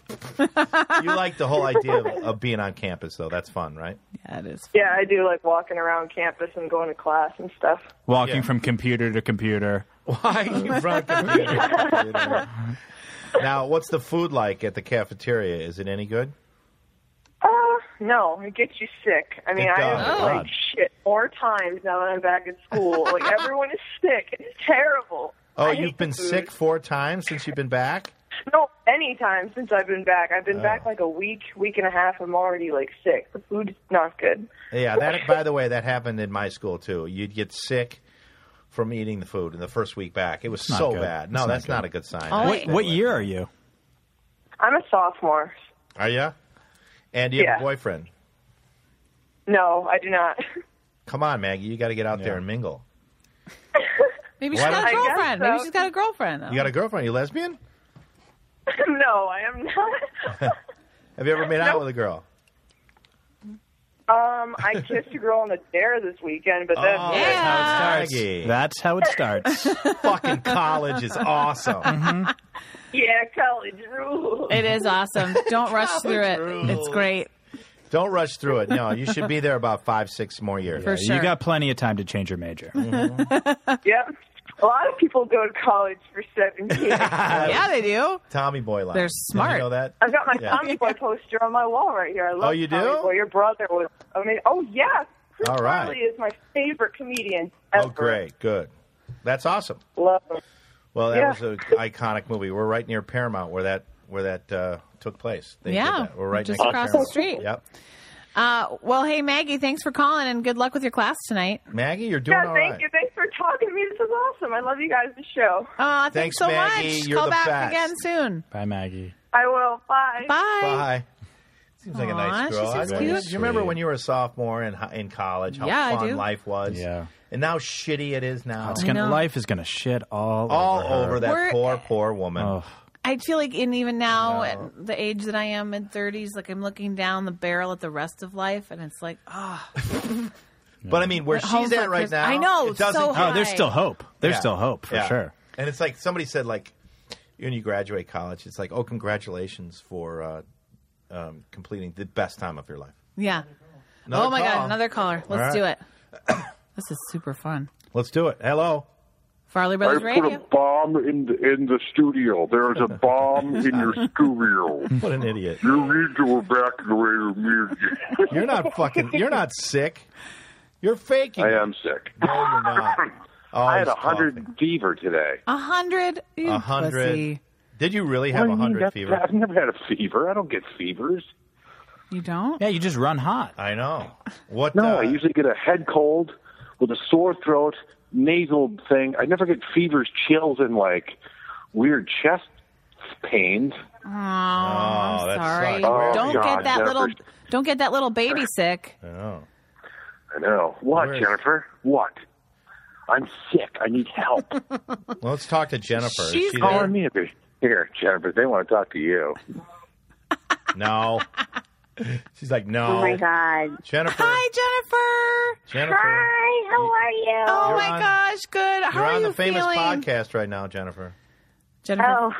S1: mind.
S2: You like the whole idea of, of being on campus, though. That's fun, right?
S1: Yeah, it is.
S6: Yeah, I do like walking around campus and going to class and stuff.
S4: Walking
S2: Yeah.
S4: from computer to computer.
S2: Why are you in front of a computer? now, what's the food like at the cafeteria? Is it any good?
S6: Uh, no, it gets you sick. I mean,
S2: It
S6: I
S2: does.
S6: have
S2: Oh.
S6: like shit more times now that I'm back at school. like everyone is sick. It's terrible.
S2: Oh,
S6: I hate
S2: you've been
S6: the food.
S2: sick four times since you've been back?
S6: No, any time since I've been back. I've been
S2: Oh.
S6: back like a week, week and a half. I'm already like sick. The food's not good.
S2: Yeah, that by the way, that happened in my school too. You'd get sick from eating the food in the first week back. It was
S4: not
S2: so
S4: good.
S2: bad. No,
S4: It's not
S2: that's
S4: good.
S2: not, a good sign.
S1: Oh,
S2: That's
S1: wait.
S2: bad.
S4: What year are you?
S6: I'm a sophomore.
S2: Are you? And do you have a
S6: Yeah.
S2: boyfriend?
S6: No, I do not.
S2: Come on, Maggie, you got to get out there and mingle.
S1: Maybe she's
S2: Why
S1: got
S2: don't-
S1: a
S2: I
S6: guess
S1: girlfriend.
S6: so.
S1: Maybe she's got a girlfriend. Though.
S2: You got a girlfriend? You lesbian?
S6: no, I am not.
S2: Have you
S6: Uh,
S2: ever made out with a girl?
S6: um, I kissed a girl on the dare this weekend, but then
S2: Oh,
S1: Yeah.
S2: that's how it
S4: That's how it
S2: starts. That
S4: starts. Mm-hmm.
S2: fucking college is awesome.
S6: yeah, college rules.
S1: It is awesome. Don't rush through it. It's great.
S2: Don't rush through it. No, you should be there about five, six more years.
S1: For sure.
S4: You got plenty of time to change your major.
S6: Yep. A lot of people go to college for 17.
S1: yeah, they do.
S2: Tommy Boy line.
S1: They're
S2: Did
S1: smart.
S2: You know that?
S6: I've got my
S2: Yeah.
S6: Tommy Boy poster on my wall right here. I love
S2: Oh, you
S6: Tommy
S2: do?
S6: Boy. Your brother was. I mean, oh yeah. Chris
S2: All right.
S6: Farley is my favorite comedian ever.
S2: Oh, great, good. That's awesome.
S6: Love him.
S2: Well, that
S6: Yeah.
S2: was an iconic movie. We're right near Paramount, where that where that uh, took place. They did
S1: Yeah,
S2: that. we're right
S1: just
S2: next
S1: across
S2: to
S1: the
S2: Paramount.
S1: street.
S2: Yep,
S1: Uh, well, hey Maggie, thanks for calling and good luck with your class tonight.
S2: Maggie, you're doing
S6: Yeah,
S2: all
S6: thank
S2: right.
S6: you. Thanks for talking to me. This is awesome. I love you guys. The show.
S1: Uh, thanks,
S2: Thanks,
S1: so
S2: Maggie.
S1: much.
S2: You're
S1: Call
S2: the
S1: back
S2: best.
S1: again soon.
S4: Bye, Maggie.
S6: I will. Bye.
S1: Bye.
S2: Bye. Seems like a
S1: Aw,
S2: nice
S1: she
S2: girl.
S1: seems
S2: I-
S1: cute.
S2: Do you remember
S4: Sweet.
S2: when you were a sophomore in hi- in college? How
S1: Yeah, I
S2: fun
S1: do.
S2: life was.
S4: Yeah.
S2: And how shitty it is now.
S4: It's gonna,
S1: Oh, know.
S4: life is going to shit all
S2: all
S4: over, her.
S2: over that
S1: We're-
S2: poor, poor woman.
S4: Oh,
S1: I feel like in even now at the age that I am mid thirties, like I'm looking down the barrel at the rest of life, and it's like, ah,
S2: But I mean, where
S1: At home
S2: she's
S1: for
S2: at right
S1: Christmas-
S2: now,
S1: I know,
S2: it doesn't
S1: so
S2: count.
S4: oh, there's still hope. There's
S2: Yeah.
S4: still hope for
S2: Yeah.
S4: sure.
S2: And it's like somebody said, like when you graduate college, it's like, oh, congratulations for uh, um, completing the best time of your life.
S1: yeah.
S2: Another
S1: oh my
S2: call.
S1: god, another caller. Let's
S2: right.
S1: do it. this is super fun.
S2: Let's do it. Hello.
S1: Farley
S7: I
S1: Brothers
S7: put a
S1: Radio.
S7: bomb in the, in the studio. There is a bomb in your studio.
S2: What an idiot.
S7: You need to evacuate immediately.
S2: You're not fucking. You're not sick. You're faking.
S8: I
S2: it.
S8: am sick.
S2: No, you're not. Oh,
S8: I had
S2: he's
S8: a hundred
S2: coughing.
S8: fever today.
S1: A hundred. you
S2: A hundred.
S1: pussy.
S2: Did you really have a
S8: What do you mean?
S2: hundred
S8: That's-
S2: fever?
S8: I've never had a fever. I don't get fevers.
S1: You don't.
S4: Yeah, you just run hot.
S2: I know. What?
S8: No,
S2: uh,
S8: I usually get a head cold with a sore throat, nasal thing. I never get fevers, chills, and like weird chest pains.
S1: I'm
S2: Oh, that
S1: sorry.
S2: sucks.
S8: Oh,
S1: don't
S8: God,
S1: get that
S8: Jennifer.
S1: little. Don't get that little baby sick.
S2: oh.
S8: I know. What,
S2: Where is-
S8: Jennifer? What? I'm sick. I need help.
S2: Well, let's talk to Jennifer. Is
S1: She's
S2: she there?
S8: Calling me. Here, Jennifer. They want to talk to you.
S2: No. She's like, no.
S9: Oh my god.
S2: Jennifer.
S1: Hi, Jennifer.
S2: Jennifer.
S9: Hi, how are you?
S1: Oh
S2: You're
S1: my
S2: on-
S1: gosh, good. How
S2: You're
S1: are
S2: on
S1: you
S2: the famous
S1: feeling,
S2: podcast right now, Jennifer.
S1: Jennifer?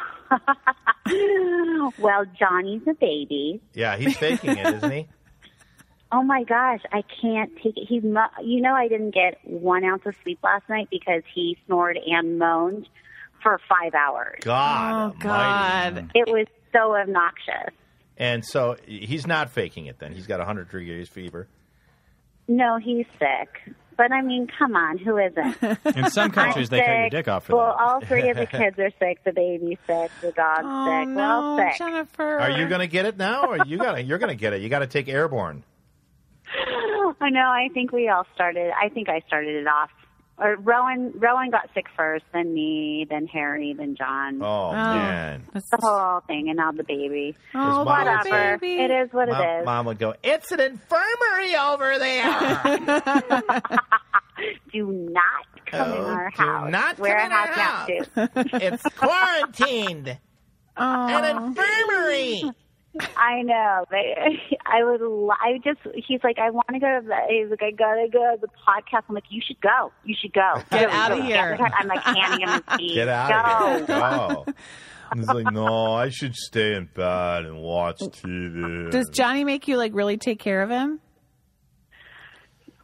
S9: Oh. well, Johnny's a baby.
S2: Yeah, he's faking it, isn't he?
S9: Oh my gosh, I can't take it. He, mo- you know, I didn't get one ounce of sleep last night because he snored and moaned for five hours.
S2: God.
S1: Oh
S2: almighty.
S1: God.
S9: It was so obnoxious.
S2: And so he's not faking it then. He's got 100 degrees fever.
S9: No, he's sick. But I mean, come on, who isn't?
S4: In some countries, they
S9: sick.
S4: cut your dick off for
S9: Well,
S4: that.
S9: all three of the kids are sick. The baby's sick. The dog's
S1: Oh
S9: sick. We're all
S1: no,
S9: sick.
S1: Jennifer.
S2: Are you going to get it now or you got to you're going to get it? You got to take airborne.
S9: I know. I think we all started. I think I started it off. Or Rowan. Rowan got sick first, then me, then Harry, then John.
S2: Oh, man.
S1: That's-
S9: The whole thing, and now the baby.
S1: Oh,
S2: Mom
S1: little
S2: would say-
S9: Whatever.
S1: baby.
S9: It is what it
S2: Mom,
S9: is.
S2: Mom would go, "It's an infirmary over there."
S9: Do not come in
S2: Oh,
S9: our
S2: do
S9: house.
S2: not
S9: Wear
S2: come in
S9: a
S2: our
S9: hazmat suit.
S2: it's quarantined. An infirmary.
S9: I know, but I would. li- I just. He's like, I want to go to the. He's like, I gotta go to the podcast. I'm like, you should go. You should go.
S1: Get
S9: Go,
S1: out of
S9: go.
S1: here.
S9: I'm like handing him his keys.
S2: Get out of here. Go. And He's like, no, I should stay in bed and watch TV.
S1: Does Johnny make you like really take care of him?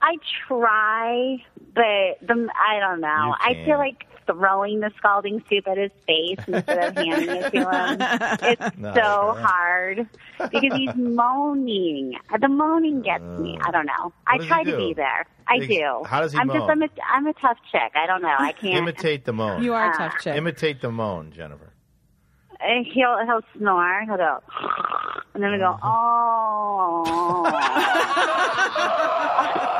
S9: I try, but the I don't know.
S2: You
S9: I
S2: can.
S9: feel like throwing the scalding soup at his face instead of handing it to him. It's
S2: No,
S9: so
S2: okay.
S9: hard because he's moaning. The moaning gets me. I don't know. I
S2: Uh, does he
S9: try to
S2: do?
S9: be there. I
S2: Ex-
S9: do.
S2: how does he
S9: I'm just
S2: moan?
S9: I'm a, I'm a tough chick. I don't know. I can't. Ah.
S2: Imitate the moan.
S1: You are a tough chick.
S2: Imitate the moan, Jennifer.
S9: And Uh, he'll he'll snore. He'll go, and then we go,
S2: Uh-huh.
S9: oh.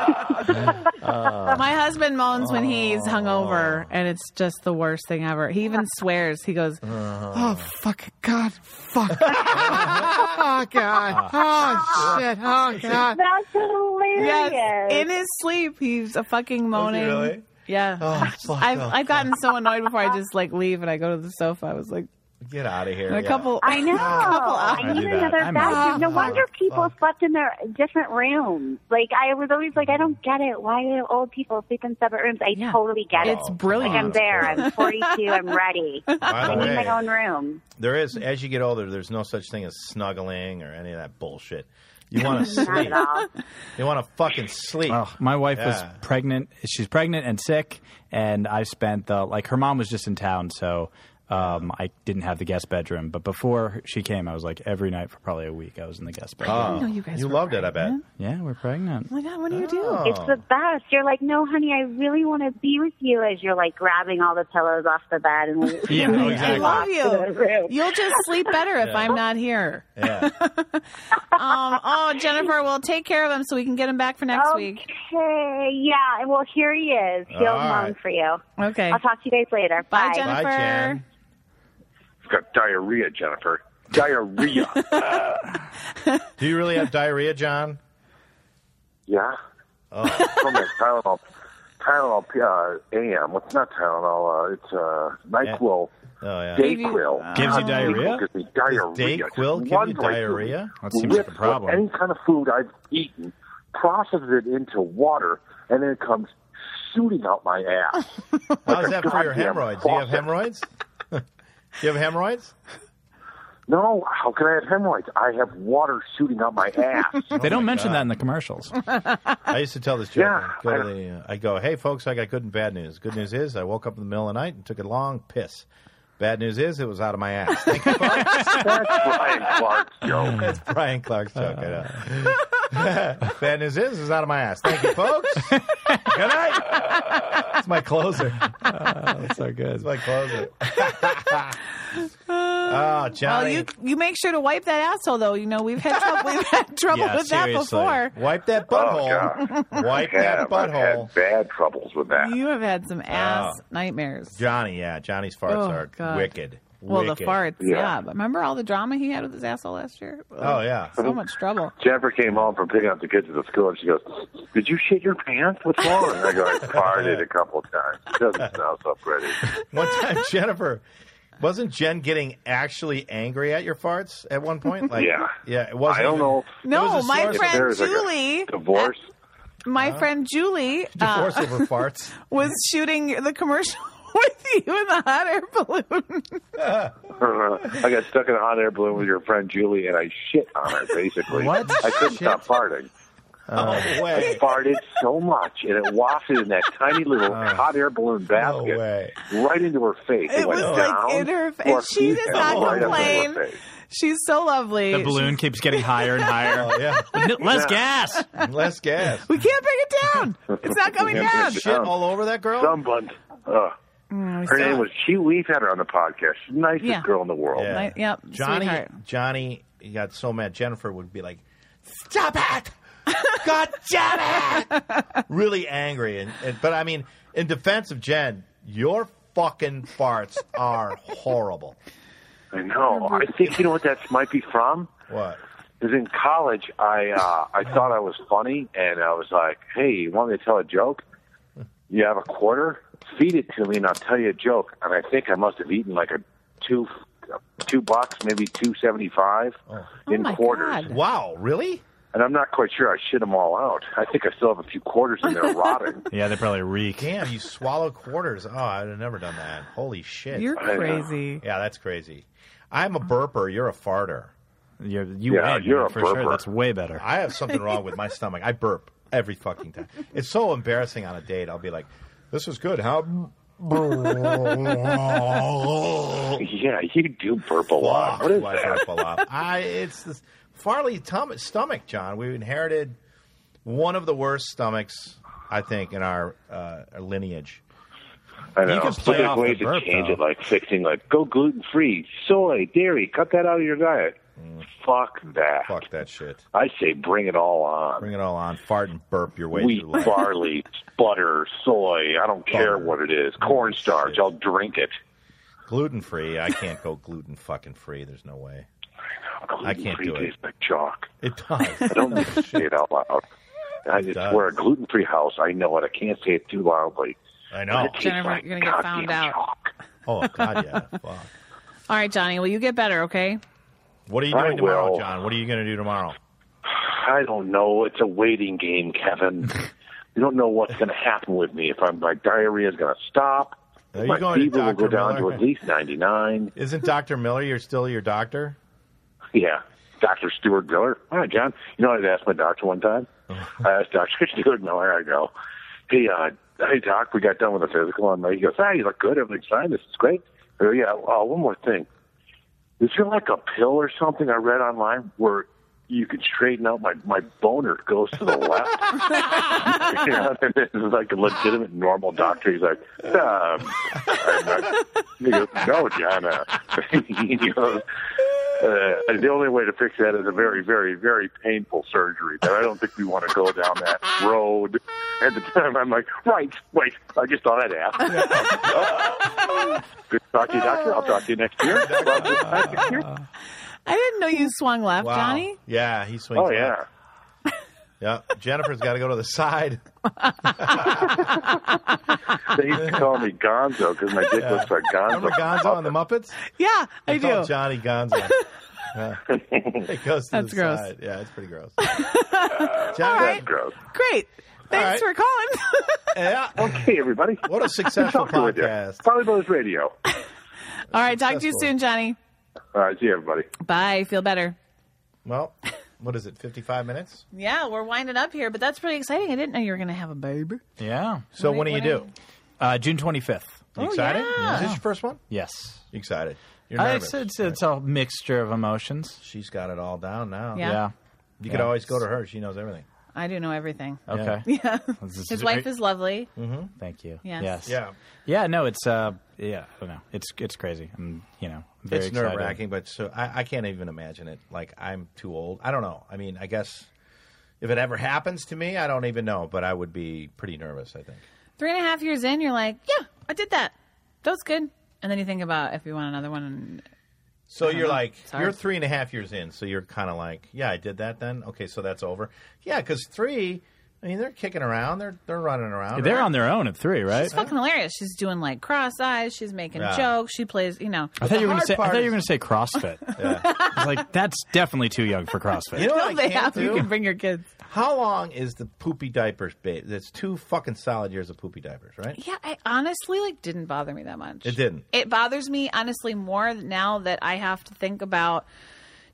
S2: Uh,
S1: My husband moans when he's
S2: Oh.
S1: hungover, and it's just the worst thing ever. He even swears. He goes,
S2: Uh-huh.
S1: "Oh fuck, God, fuck, oh God, oh shit, oh God."
S9: That's hilarious.
S1: Yes, in his sleep, he's a fucking moaning.
S2: Oh, really?
S1: Yeah.
S2: Oh, fuck
S1: I've,
S2: off.
S1: I've gotten so annoyed before I just like leave and I go to the sofa. I was like,
S2: Get out of here.
S1: a
S2: yeah.
S1: couple.
S9: I know.
S2: I
S9: I need
S2: do that.
S9: another
S4: I'm
S9: bathroom.
S4: out.
S9: No wonder people
S2: fuck.
S9: slept in their different rooms. Like I was always like, I don't get it. Why do old people sleep in separate rooms? I
S1: Yeah.
S9: totally get
S1: It's
S9: it.
S1: brilliant.
S9: Like I'm there. I'm 42. I'm ready.
S2: By the
S9: I need
S2: way,
S9: my own room.
S2: there is, as you get older, there's no such thing as snuggling or any of that bullshit. You want to
S9: Not
S2: sleep.
S9: at all.
S2: You want to fucking sleep.
S4: Oh, my wife was
S2: Yeah.
S4: pregnant. She's pregnant and sick, and I spent the like her mom was just in town, so um, I didn't have the guest bedroom. But before she came, I was like every night for probably a week. I was in the guest bedroom.
S2: Oh,
S1: know you guys were
S2: loved it, I bet.
S1: pregnant.
S4: yeah, we're pregnant.
S1: Oh my God, what do you do?
S2: Oh.
S9: It's the best. You're like, no, honey, I really want to be with you as you're like grabbing all the pillows off the bed and we
S4: Yeah, oh,
S1: I
S4: exactly.
S1: love
S9: the
S1: you.
S9: room.
S1: You'll just sleep better if I'm not here.
S2: Yeah.
S1: Um, oh, Jennifer, we'll take care of him so we can get him back for next week.
S9: Okay, yeah. Well, here he is. He'll
S2: All
S9: moan
S2: right.
S9: for you.
S1: Okay.
S9: I'll talk to you guys later.
S1: Bye,
S9: Bye.
S1: Jennifer.
S2: Bye, Jen.
S8: I've got diarrhea, Jennifer. Diarrhea.
S2: Do you really have diarrhea, John?
S8: yeah.
S2: Oh.
S8: From that Tylenol, Tylenol uh, AM. What's not Tylenol? Uh, it's uh,
S2: Oh
S8: Nyquil.
S2: yeah.
S1: Gave you-
S8: Dayquil
S4: Gives you
S8: God,
S4: diarrhea?
S8: Dayquil Gives me diarrhea.
S2: Dayquil
S8: Just
S2: give
S8: one
S2: you
S8: right through
S2: diarrhea?
S4: That seems like a
S8: rips
S4: problem.
S8: Any kind of food I've eaten, processes it into water, and then it comes shooting out my ass.
S9: Oh,
S2: How's that for your
S8: goddamn
S2: hemorrhoids? Do you have
S8: faucet.
S2: hemorrhoids? Do you have hemorrhoids?
S8: No, how can I have hemorrhoids? I have water shooting out my ass.
S4: They don't
S2: my
S4: mention
S2: God.
S4: that in the commercials.
S2: I used to tell this joke.
S8: Yeah,
S2: I'd go to
S8: I-
S2: the, uh, I go, hey folks, I got good and bad news. Good news is I woke up in the middle of the night and took a long piss. Bad news is it was out of my ass. Thank you, Clark.
S8: That's Brian Clark's joke.
S2: That's Brian Clark's joke. I know. bad news is it's out of my ass. Thank you, folks. good night. It's my closer.
S4: Oh, That's so good.
S2: It's my closer. oh,
S1: Well,
S2: Johnny.
S1: you you make sure to wipe that asshole though. You know we've had trouble, we've had trouble
S4: Yeah,
S1: with
S4: seriously.
S1: that before.
S2: Wipe that
S8: Oh,
S2: butthole. Wipe
S8: Yeah,
S2: that
S8: I've
S2: butthole.
S8: had bad troubles with
S2: Ah.
S8: that.
S1: You have had some ass nightmares.
S2: Johnny, yeah, Johnny's Oh. farts
S1: Oh,
S2: are
S1: God.
S2: wicked.
S1: Well, the
S2: Wicked.
S1: farts, yeah.
S8: Yeah.
S1: But remember all the drama he had with his asshole last year?
S2: Oh yeah.
S1: So much trouble.
S8: Jennifer came home from picking up the kids at the school, and she goes, "Did you shit your pants? What's wrong?" And I go, "I farted a couple of times. It doesn't sound so pretty."
S2: One time, Jennifer, wasn't Jen getting actually angry at your farts at one point? Like,
S8: Yeah.
S2: yeah, it wasn't.
S8: I don't
S2: even-
S8: know.
S2: It
S1: No,
S2: was a
S1: my
S2: source-
S8: There
S1: friend
S8: is like a
S1: Julie, uh,
S8: Divorce.
S1: my friend Julie, uh,
S2: Divorce over farts.
S1: was shooting the commercial with you in the hot air balloon.
S8: Uh, I got stuck in a hot air balloon with your friend Julie, and I shit on her. Basically,
S4: What?
S8: I couldn't stop farting.
S2: Oh,
S1: Oh,
S2: No
S8: I
S2: way.
S8: farted so much, and it wafted in that tiny little hot air balloon
S2: Oh. No
S8: basket
S2: way.
S8: right into her face.
S1: It
S8: went
S1: was, like,
S8: down
S1: in her fa-
S8: to
S1: and she
S8: feet
S1: does
S8: and
S1: not
S8: right up in her
S1: complain.
S8: face.
S1: She's so lovely.
S4: The balloon keeps getting higher and higher.
S2: Oh, yeah.
S4: N- Less gas.
S2: Less gas.
S1: we can't bring it down. It's not coming
S8: Yeah,
S1: down.
S8: it's-
S2: Shit all over that girl.
S8: Someone. Ugh.
S1: Mm, we
S8: Her name
S1: saw-
S8: was she. We've had her on the podcast. She's the nicest
S1: Yeah.
S8: girl in the world.
S2: Yeah.
S1: Ni- yep,
S2: Johnny,
S1: sweetheart.
S2: Johnny got so mad. Jennifer would be like, "Stop it! God damn it!" really angry, and, and but I mean, in defense of Jen, your fucking farts are horrible.
S8: I know. I think you know what that might be from.
S2: What?
S8: Because in college, I uh, I thought I was funny, and I was like, "Hey, you want me to tell a joke? You have a quarter? Feed it to me, and I'll tell you a joke." And I think I must have eaten like a two two bucks, maybe two seventy five
S1: Oh
S8: in
S1: my
S8: quarters.
S1: God.
S2: Wow, really?
S8: And I'm not quite sure I shit them all out. I think I still have a few quarters in there rotting.
S4: Yeah, they probably reek.
S2: Damn, you swallow quarters. Oh, I'd have never done that. Holy shit.
S1: You're
S8: I know.
S1: crazy.
S2: yeah, that's crazy. I'm a burper. You're a farter.
S4: You're, you
S8: Yeah,
S4: win,
S8: you're a
S4: for
S8: burper.
S4: sure. That's way better.
S2: I have something wrong with my stomach. I burp every fucking time. It's so embarrassing on a date. I'll be like, this was good. How?
S8: yeah, you do burp a lot.
S2: Oh. Fuck,
S8: What is
S2: why is
S8: that?
S2: that Falafel? I it's this Farley tum- stomach, John. We inherited one of the worst stomachs, I think, in our, uh, our lineage.
S8: I know.
S4: You can play
S8: but there's
S4: off
S8: ways
S4: the burp,
S8: to change it,
S4: though.
S8: like fixing, like go gluten free, soy, dairy, cut that out of your diet. Fuck that.
S2: Mm. Fuck that shit.
S8: I say bring it all on.
S2: Bring it all on. Fart and burp your way
S8: Wheat,
S2: through life.
S8: barley, butter, soy. I don't care
S2: Butter.
S8: what it is. Cornstarch.
S2: Shit.
S8: I'll drink it.
S2: Gluten free. I can't go gluten fucking free. There's no way. I can't
S8: Gluten-free
S2: do it.
S8: tastes like chalk.
S2: It does.
S8: I don't need to say it out loud. I just
S2: does.
S8: we're a gluten free house. I know it. I can't say it too loudly.
S2: I know.
S8: It tastes
S1: Jennifer,
S8: like
S1: you're gonna get found
S8: goddamn
S1: out.
S8: chalk.
S2: Oh God, yeah. Fuck.
S1: All right, Johnny. Will you get better? Okay.
S2: What are you
S8: I
S2: doing tomorrow,
S8: will.
S2: John? What are you going to do tomorrow?
S8: I don't know. It's a waiting game, Kevin. you don't know what's going to happen with me. If I'm, my diarrhea is going to stop,
S2: Are you
S8: my
S2: going to
S8: fever will
S2: Dr.
S8: go down
S2: Miller?
S8: to at least 99.
S2: Isn't Doctor Miller? You're still your doctor.
S8: Yeah. Dr. Stuart Miller. Hi, John. You know, I asked my doctor one time. I asked Dr. Stuart Miller, I go, hey, uh, hey, doc, we got done with the physical. And he goes, ah, you look good. Everything's fine. This is great. I go, yeah, uh, one more thing. Is there like a pill or something I read online where you can straighten out my, my boner goes to the left? you know, and this is like a legitimate normal doctor. He's like, um, I'm not- he goes, no, John. Uh, he goes, uh, the only way to fix that is a very, very, very painful surgery. But I don't think we want to go down that road. At the time, I'm like, right, wait, I just thought I'd ask. Good to talk to you, doctor. I'll talk to you next year.
S1: I didn't know you swung left,
S2: Wow.
S1: Johnny.
S2: Yeah, he swings.
S8: oh,
S2: left.
S8: yeah.
S2: Yeah, Jennifer's got to go to the side.
S8: They used to call me Gonzo because my dick looks like Gonzo.
S2: Remember Gonzo on the Muppets?
S1: Yeah, I
S2: They call
S1: do.
S2: it Johnny Gonzo. Yeah. It goes to
S1: That's
S2: the
S1: gross.
S2: side. Yeah, it's pretty gross.
S1: All
S2: Johnny,
S1: right.
S8: Gross.
S1: Great. Thanks
S2: right.
S1: for calling.
S2: yeah,
S8: Okay, everybody.
S2: what a successful
S8: Talking with you.
S2: podcast.
S8: Probably Brothers Radio.
S1: All right, talk to you
S2: Successful.
S1: soon, Johnny.
S8: All right, see you, everybody.
S1: Bye. Feel better.
S2: Well, what is it? Fifty-five minutes.
S1: Yeah, we're winding up here, but that's pretty exciting. I didn't know you were going to have a baby.
S4: Yeah.
S2: So
S1: Wait,
S2: when do you
S1: when
S2: do?
S4: Uh, June 25th.
S2: You
S1: Oh,
S2: excited?
S1: yeah.
S2: Is this your first one?
S4: Yes.
S2: You excited? You're
S4: I,
S2: nervous.
S4: it's, it's, it's a mixture of emotions.
S2: She's got it all down now.
S1: Yeah.
S4: Yeah.
S2: You could
S4: Yeah.
S2: always go to her. She knows everything.
S1: I do know everything.
S4: Okay.
S1: Yeah.
S4: This is-
S1: His wife is lovely.
S4: Thank you.
S1: Yes.
S4: Yes.
S2: Mm-hmm. Yeah.
S4: Yeah. No, it's uh. Yeah. I don't know. It's it's crazy. I'm you know I'm very
S2: it's
S4: excited.
S2: nerve wracking, but so I, I can't even imagine it. Like I'm too old. I don't know. I mean, I guess if it ever happens to me, I don't even know. But I would be pretty nervous. I think.
S1: Three and a half years in, you're like, yeah, I did that. That was good. And then you think about if you want another one. And
S2: So you're like
S1: Sorry.
S2: you're three and a half years in. So you're kind of like, yeah, I did that. Then okay, so that's over. Yeah, because three. I mean, they're kicking around. They're they're running around.
S4: They're
S2: right?
S4: on their own at three, right?
S1: it's fucking hilarious. She's doing like cross eyes. She's making
S2: Yeah.
S1: jokes. She plays, you know.
S4: I thought you were
S2: hard
S4: gonna say. I
S2: part
S4: thought you
S2: is-
S4: were gonna say CrossFit. I was like, that's definitely too young for CrossFit.
S2: You know what I
S1: they
S2: can't
S1: have. You
S2: do?
S1: can bring your kids.
S2: How long is the poopy diapers? Ba- that's two fucking solid years of poopy diapers, right?
S1: Yeah, I honestly like didn't bother me that much.
S2: It didn't.
S1: It bothers me honestly more now that I have to think about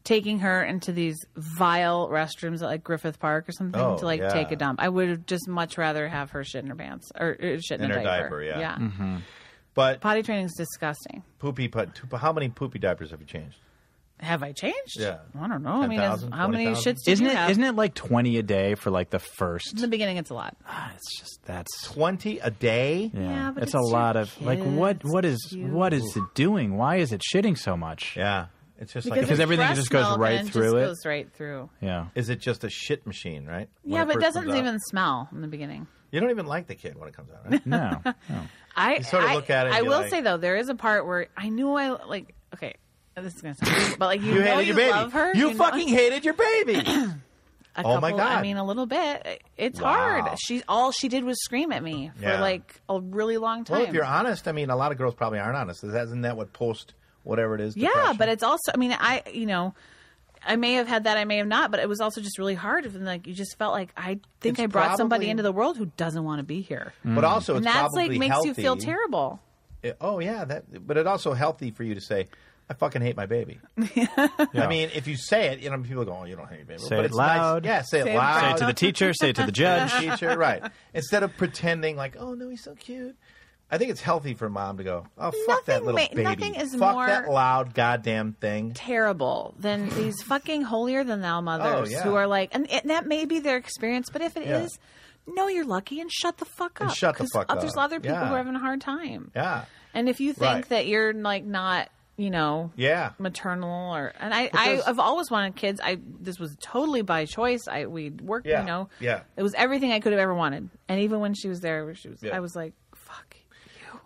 S1: taking her into these vile restrooms at like Griffith Park or something
S2: Oh,
S1: to like
S2: yeah.
S1: take a dump. I would have just much rather have her shit in her pants or uh, shit in,
S2: In
S1: a
S2: her diaper, yeah. Mm.
S1: yeah.
S4: Mm-hmm.
S2: But
S1: Potty training is disgusting.
S2: poopy, but how many poopy diapers have you changed?
S1: Have I changed?
S2: Yeah.
S1: I don't know. I mean, is,
S2: 10,000,
S1: how many
S2: 20,000?
S1: shits do
S4: Isn't
S1: you
S4: it?
S1: have?
S4: Isn't it like twenty a day for like the first?
S1: In the beginning, it's a lot.
S4: Ah, it's just that's.
S2: Twenty a day.
S4: Yeah,
S1: Yeah, but
S4: it's, a
S1: it's your
S4: lot of like what
S1: kids,
S4: what
S1: it's
S4: is
S1: you.
S4: what is it doing? Why is it shitting so much?
S2: Yeah, it's just like
S4: Because
S1: it's
S2: a,
S4: everything
S1: breast
S4: just goes
S1: milk
S4: right
S1: and
S4: through
S1: just
S4: it.
S1: Goes right through.
S4: Yeah.
S2: is it just a shit machine, right? When
S1: yeah, but it
S2: first comes
S1: doesn't
S2: out.
S1: even smell in the beginning.
S2: You don't even like the kid when it comes out, right?
S4: No. no.
S1: I
S2: sort of
S1: I-
S2: look at it and
S1: I
S2: you're
S1: will
S2: like-
S1: say though, there is a part where I knew I like. Okay, this is gonna sound, weird, but like you,
S2: you
S1: know you
S2: hated your baby.
S1: love her.
S2: you,
S1: know-
S2: fucking hated your baby.
S1: A
S2: oh my
S1: couple- I
S2: God.
S1: mean, a little bit. It's
S2: Wow.
S1: hard. She all she did was scream at me for
S2: Yeah.
S1: like a really long time.
S2: well, if you're honest, I mean, a lot of girls probably aren't honest. Isn't that what post whatever it is?
S1: yeah,
S2: depression?
S1: but it's also. I mean, I you know. I may have had that, I may have not, but it was also just really hard. And like, you just felt like I think
S2: It's
S1: I brought somebody
S2: probably-
S1: into the world who doesn't want to be here,
S2: but also it's
S1: and that's
S2: probably
S1: like makes
S2: healthy.
S1: you feel terrible.
S2: It- oh yeah, that. But it's also healthy for you to say. I fucking hate my baby. I mean, if you say it, you know, people go, "Oh, you don't hate your baby."
S4: Say
S2: but
S4: it
S2: it's nice.
S4: loud.
S2: Yeah, say it
S1: Say it
S2: loud.
S4: Say it to the teacher. Say it to the judge.
S2: teacher, right? Instead of pretending like, oh no, he's so cute. I think it's healthy for mom to go, oh fuck that
S1: Nothing
S2: little
S1: ma-
S2: baby,
S1: nothing is
S2: fuck
S1: more-
S2: that loud goddamn thing.
S1: terrible than these fucking holier than thou mothers
S2: Oh, yeah.
S1: who are like, and, and that may be their experience, but if it is,
S2: Yeah.
S1: no, you're lucky and shut the fuck up.
S2: And shut the
S1: 'cause
S2: fuck
S1: There's
S2: up.
S1: other people who
S2: Yeah.
S1: are having a hard time.
S2: Yeah,
S1: And if you think
S2: Right.
S1: that you're like not, you know,
S2: yeah.
S1: maternal or, and I,
S2: Because-
S1: I, I've always wanted kids. I, this was totally by choice. I, we worked,
S2: Yeah.
S1: you know,
S2: Yeah.
S1: it was everything I could have ever wanted. And even when she was there, she was,
S2: Yeah.
S1: I was like, fuck.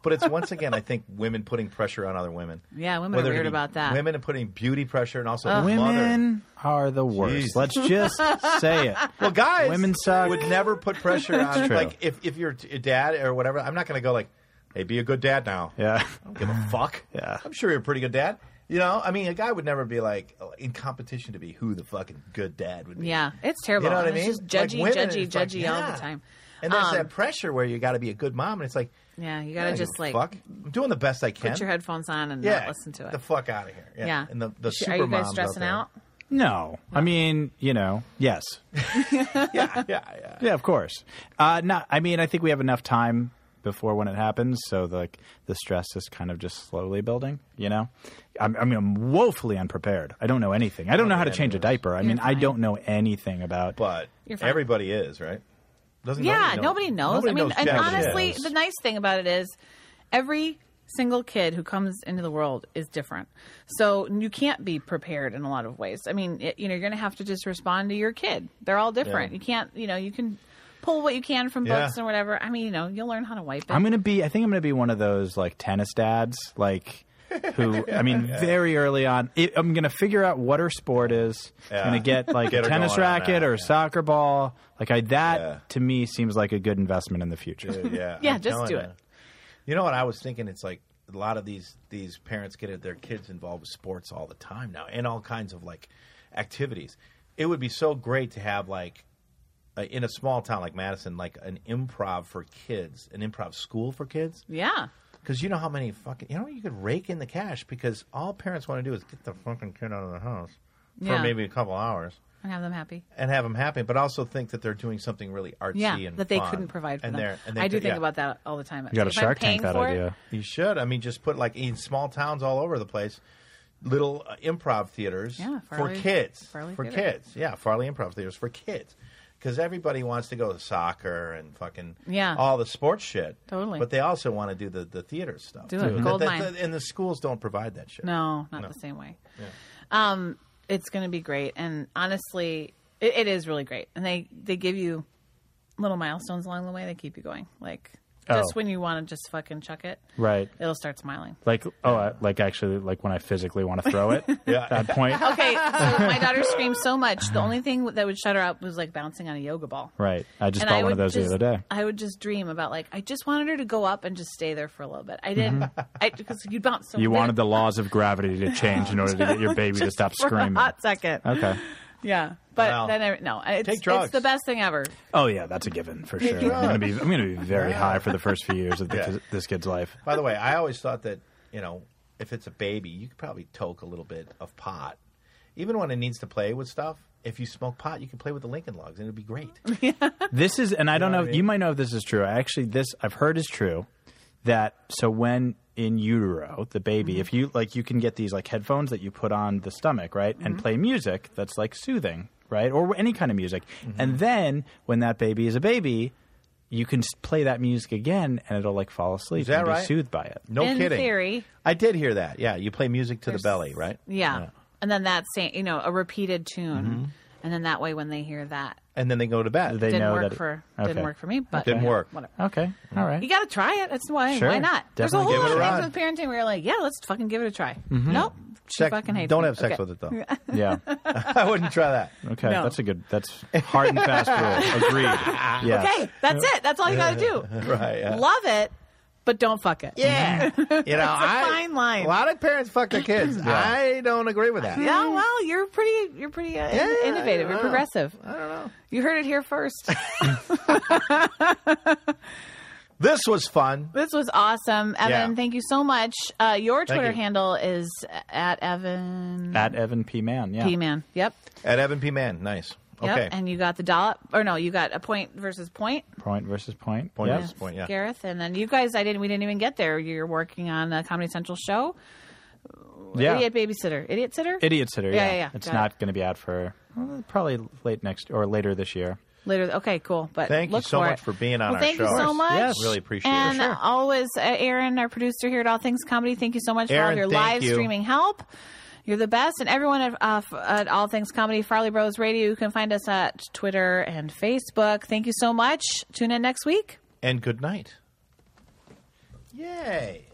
S2: But it's once again, I think women putting pressure on other women.
S1: Yeah, women
S2: Whether
S1: are
S2: it
S1: weird
S2: be
S1: about that.
S2: Women and putting beauty pressure and also mother.
S4: Women are the worst.
S2: Jesus.
S4: Let's just say it.
S2: Well, guys,
S4: Women suck.
S2: would never put pressure on.
S4: true.
S2: Like if if you're a dad or whatever, I'm not going to go like, hey, be a good dad now.
S4: Yeah.
S2: don't give a fuck.
S4: Yeah.
S2: I'm sure you're a pretty good dad. You know, I mean, a guy would never be like in competition to be who the fucking good dad would be.
S1: Yeah, it's terrible.
S2: You know what
S1: And
S2: I mean?
S1: It's just judgy,
S2: Like, women,
S1: judgy,
S2: it's like,
S1: judgy all
S2: yeah.
S1: the time.
S2: And there's
S1: Um,
S2: that pressure where you got to be a good mom, and it's like,
S1: Yeah, you
S2: I
S1: gotta
S2: don't
S1: just
S2: give
S1: like
S2: a fuck. I'm doing the best I can.
S1: put your headphones on and
S2: yeah,
S1: not listen to it.
S2: The fuck out of here. Yeah.
S1: yeah.
S2: And the the
S1: Sh-
S2: super
S1: Are you guys
S2: moms
S1: stressing
S2: there.
S1: out?
S4: No. I mean, you know, yes.
S2: Yeah, yeah, yeah.
S4: Yeah, of course. Uh, no, I mean, I think we have enough time before when it happens, so the, like the stress is kind of just slowly building. You know, I'm, I mean, I'm woefully unprepared. I don't know anything. I don't know how to change a diaper. I mean, I don't know anything about.
S2: But
S1: You're fine.
S2: everybody is right. Doesn't
S1: Yeah, nobody knows.
S2: Nobody
S1: I mean,
S2: knows
S1: and
S2: jack shit.
S1: honestly, the nice thing about it is every single kid who comes into the world is different. So you can't be prepared in a lot of ways. I mean, it, you know, you're going to have to just respond to your kid. They're all different.
S2: Yeah.
S1: You can't, you know, you can pull what you can from
S2: Yeah.
S1: books and whatever. I mean, you know, you'll learn how to wipe it.
S4: I'm gonna be. I think I'm gonna be one of those like tennis dads, like who. I mean, very early on, it, I'm gonna figure out what her sport is.
S2: Yeah.
S4: I'm gonna get like
S2: Get
S4: a
S2: her
S4: tennis
S2: going on
S4: racket
S2: that,
S4: or a
S2: yeah.
S4: soccer ball. Like I, that
S2: Yeah.
S4: to me seems like a good investment in the future.
S2: yeah,
S1: Yeah,
S2: I'm
S1: just
S2: telling
S1: do
S2: ya.
S1: it.
S2: You know what I was thinking? It's like a lot of these these parents get their kids involved with sports all the time now, and all kinds of like activities. It would be so great to have like uh, in a small town like Madison, like an improv for kids, an improv school for kids.
S1: yeah.
S2: Because you know how many fucking you know you could rake in the cash because all parents want to do is get the fucking kid out of the house for
S1: Yeah.
S2: maybe a couple hours
S1: And have them happy.
S2: and have them happy, but also think that they're doing something really artsy
S1: Yeah,
S2: and
S1: that they
S2: fun.
S1: couldn't provide for
S2: and
S1: them.
S2: They're, and they
S1: I do
S2: could-
S1: think
S2: yeah.
S1: about that all the time.
S4: You got a
S1: If I'm
S4: Shark
S1: paying
S4: Tank that
S1: for it,
S4: idea.
S2: You should. I mean, just put like in small towns all over the place, little uh, improv theaters
S1: Yeah,
S2: for
S1: Farley-
S2: kids.
S1: Farley
S2: for
S1: Theater.
S2: kids. Yeah, Farley improv theaters for kids. Because everybody wants to go to soccer and fucking
S1: Yeah.
S2: all the sports shit.
S1: Totally.
S2: But they also want to do the, the theater stuff.
S1: Do it.
S2: And
S1: Gold
S2: that-
S1: mine.
S2: that- and the schools don't provide that shit.
S1: No, not the same way. Um, it's going to be great, and honestly, it, it is really great. And they they give you little milestones along the way. They keep you going, like just
S4: Oh.
S1: when you want to just fucking chuck it,
S4: Right.
S1: it'll start smiling.
S4: Like oh, I, like actually, like when I physically want to throw it.
S2: Yeah.
S4: That point.
S1: Okay, so my daughter screamed so much. The only thing that would shut her up was like bouncing on a yoga ball.
S4: Right. I just
S1: And
S4: bought
S1: I
S4: one of
S1: would
S4: those
S1: just-
S4: the other day.
S1: I would just dream about like I just wanted her to go up and just stay there for a little bit. I didn't, I because you bounce. So
S4: Mm-hmm. You
S1: big
S4: wanted the laws of gravity to change in order to get your baby to stop
S1: for a
S4: screaming.
S1: hot second.
S4: Okay.
S1: Yeah, but
S2: Wow.
S1: then I, no, it's,
S2: Take drugs.
S1: it's the best thing ever.
S4: Oh yeah, that's a given for sure. I'm gonna be I'm gonna be very high for the first few years of the,
S2: Yeah.
S4: this kid's life.
S2: By the way, I always thought that you know, if it's a baby, you could probably toke a little bit of pot, even when it needs to play with stuff. If you smoke pot, you can play with the Lincoln Logs, and it'd be great.
S4: Mm-hmm. This is, and I don't
S2: know
S4: know.
S2: what I mean?
S4: You might know if this is true. I actually this I've heard is true that so when in utero the baby,
S2: Mm-hmm.
S4: if you like, you can get these like headphones that you put on the stomach, right, and
S2: Mm-hmm.
S4: play music that's like soothing, right, or any kind of music,
S2: Mm-hmm.
S4: and then when that baby is a baby. You can s- play that music again, and it'll like fall asleep
S2: Is that
S4: and be
S2: right?
S4: soothed by it.
S2: No
S1: In
S2: kidding.
S1: theory.
S2: I did hear that. Yeah, you play music to the
S1: There's-
S2: belly, right?
S1: Yeah. And then that same, you know, a repeated tune. And then that way, when they hear that,
S2: And then they go to bed.
S4: Mm-hmm. They
S1: didn't
S4: know
S1: work
S4: that it-
S1: for
S4: okay.
S1: didn't work for me, but
S2: Didn't work.
S1: Whatever.
S4: Okay, all right.
S1: You got to try it. That's why.
S4: Sure.
S1: Why not? There's a
S4: Definitely
S1: whole lot
S2: give it
S1: of
S2: a
S1: things with parenting where you're like, yeah, let's fucking give it a try.
S4: Mm-hmm.
S1: Nope. She
S2: Sex-
S1: fucking hates
S2: don't
S1: me.
S2: have sex
S1: Okay.
S2: with it though.
S4: Yeah.
S2: I wouldn't try that.
S4: Okay.
S1: No.
S4: That's a good. That's hard and fast rule. Agreed. Yeah.
S1: Okay, that's it. That's all you got to do.
S2: Right. yeah.
S1: Love it, but don't fuck it.
S2: Yeah. you know, I-
S1: fine line.
S2: A lot of parents fuck their kids. I don't agree with that.
S1: Yeah, well, you're pretty, you're pretty uh, in-
S2: Yeah,
S1: innovative.
S2: I
S1: You're
S2: don't know.
S1: progressive.
S2: I don't know.
S1: You heard it here first.
S2: This was fun.
S1: This was awesome, Evan.
S2: Yeah.
S1: Thank you so much. Uh, your
S2: Thank
S1: Twitter
S2: you.
S1: handle is at Evan
S4: At Evan P. Mann. Yeah.
S1: P Man. Yep.
S2: At Evan P. Man. Nice.
S1: Yep.
S2: Okay.
S1: And you got the dollop, or no, you got a point versus point.
S4: Point versus point.
S2: Point
S4: Yeah.
S2: versus- point, yeah.
S1: Gareth, and then you guys. I didn't. We didn't even get there. You're working on a Comedy Central show.
S4: Yeah.
S1: Idiot babysitter. Idiot sitter.
S4: Idiot sitter.
S1: Yeah,
S4: Yeah.
S1: yeah, yeah.
S4: It's
S1: Got
S4: not going to be out for well, probably late next or later this year.
S1: Later. Okay. Cool. But
S2: Thank you
S1: look
S2: so
S1: for
S2: much
S1: it.
S2: for being on
S1: Well,
S2: our
S1: thank
S2: show.
S1: you so much.
S4: Yes.
S2: Really appreciate
S1: and
S2: it.
S1: And always, uh, Aaron, our producer here at All Things Comedy, thank you so much for all
S2: Aaron,
S1: of your
S2: thank
S1: live
S2: you.
S1: streaming help. You're the best. And everyone at, uh, f- at All Things Comedy, Farley Bros Radio, you can find us at Twitter and Facebook. Thank you so much. Tune in next week.
S2: And good night. Yay.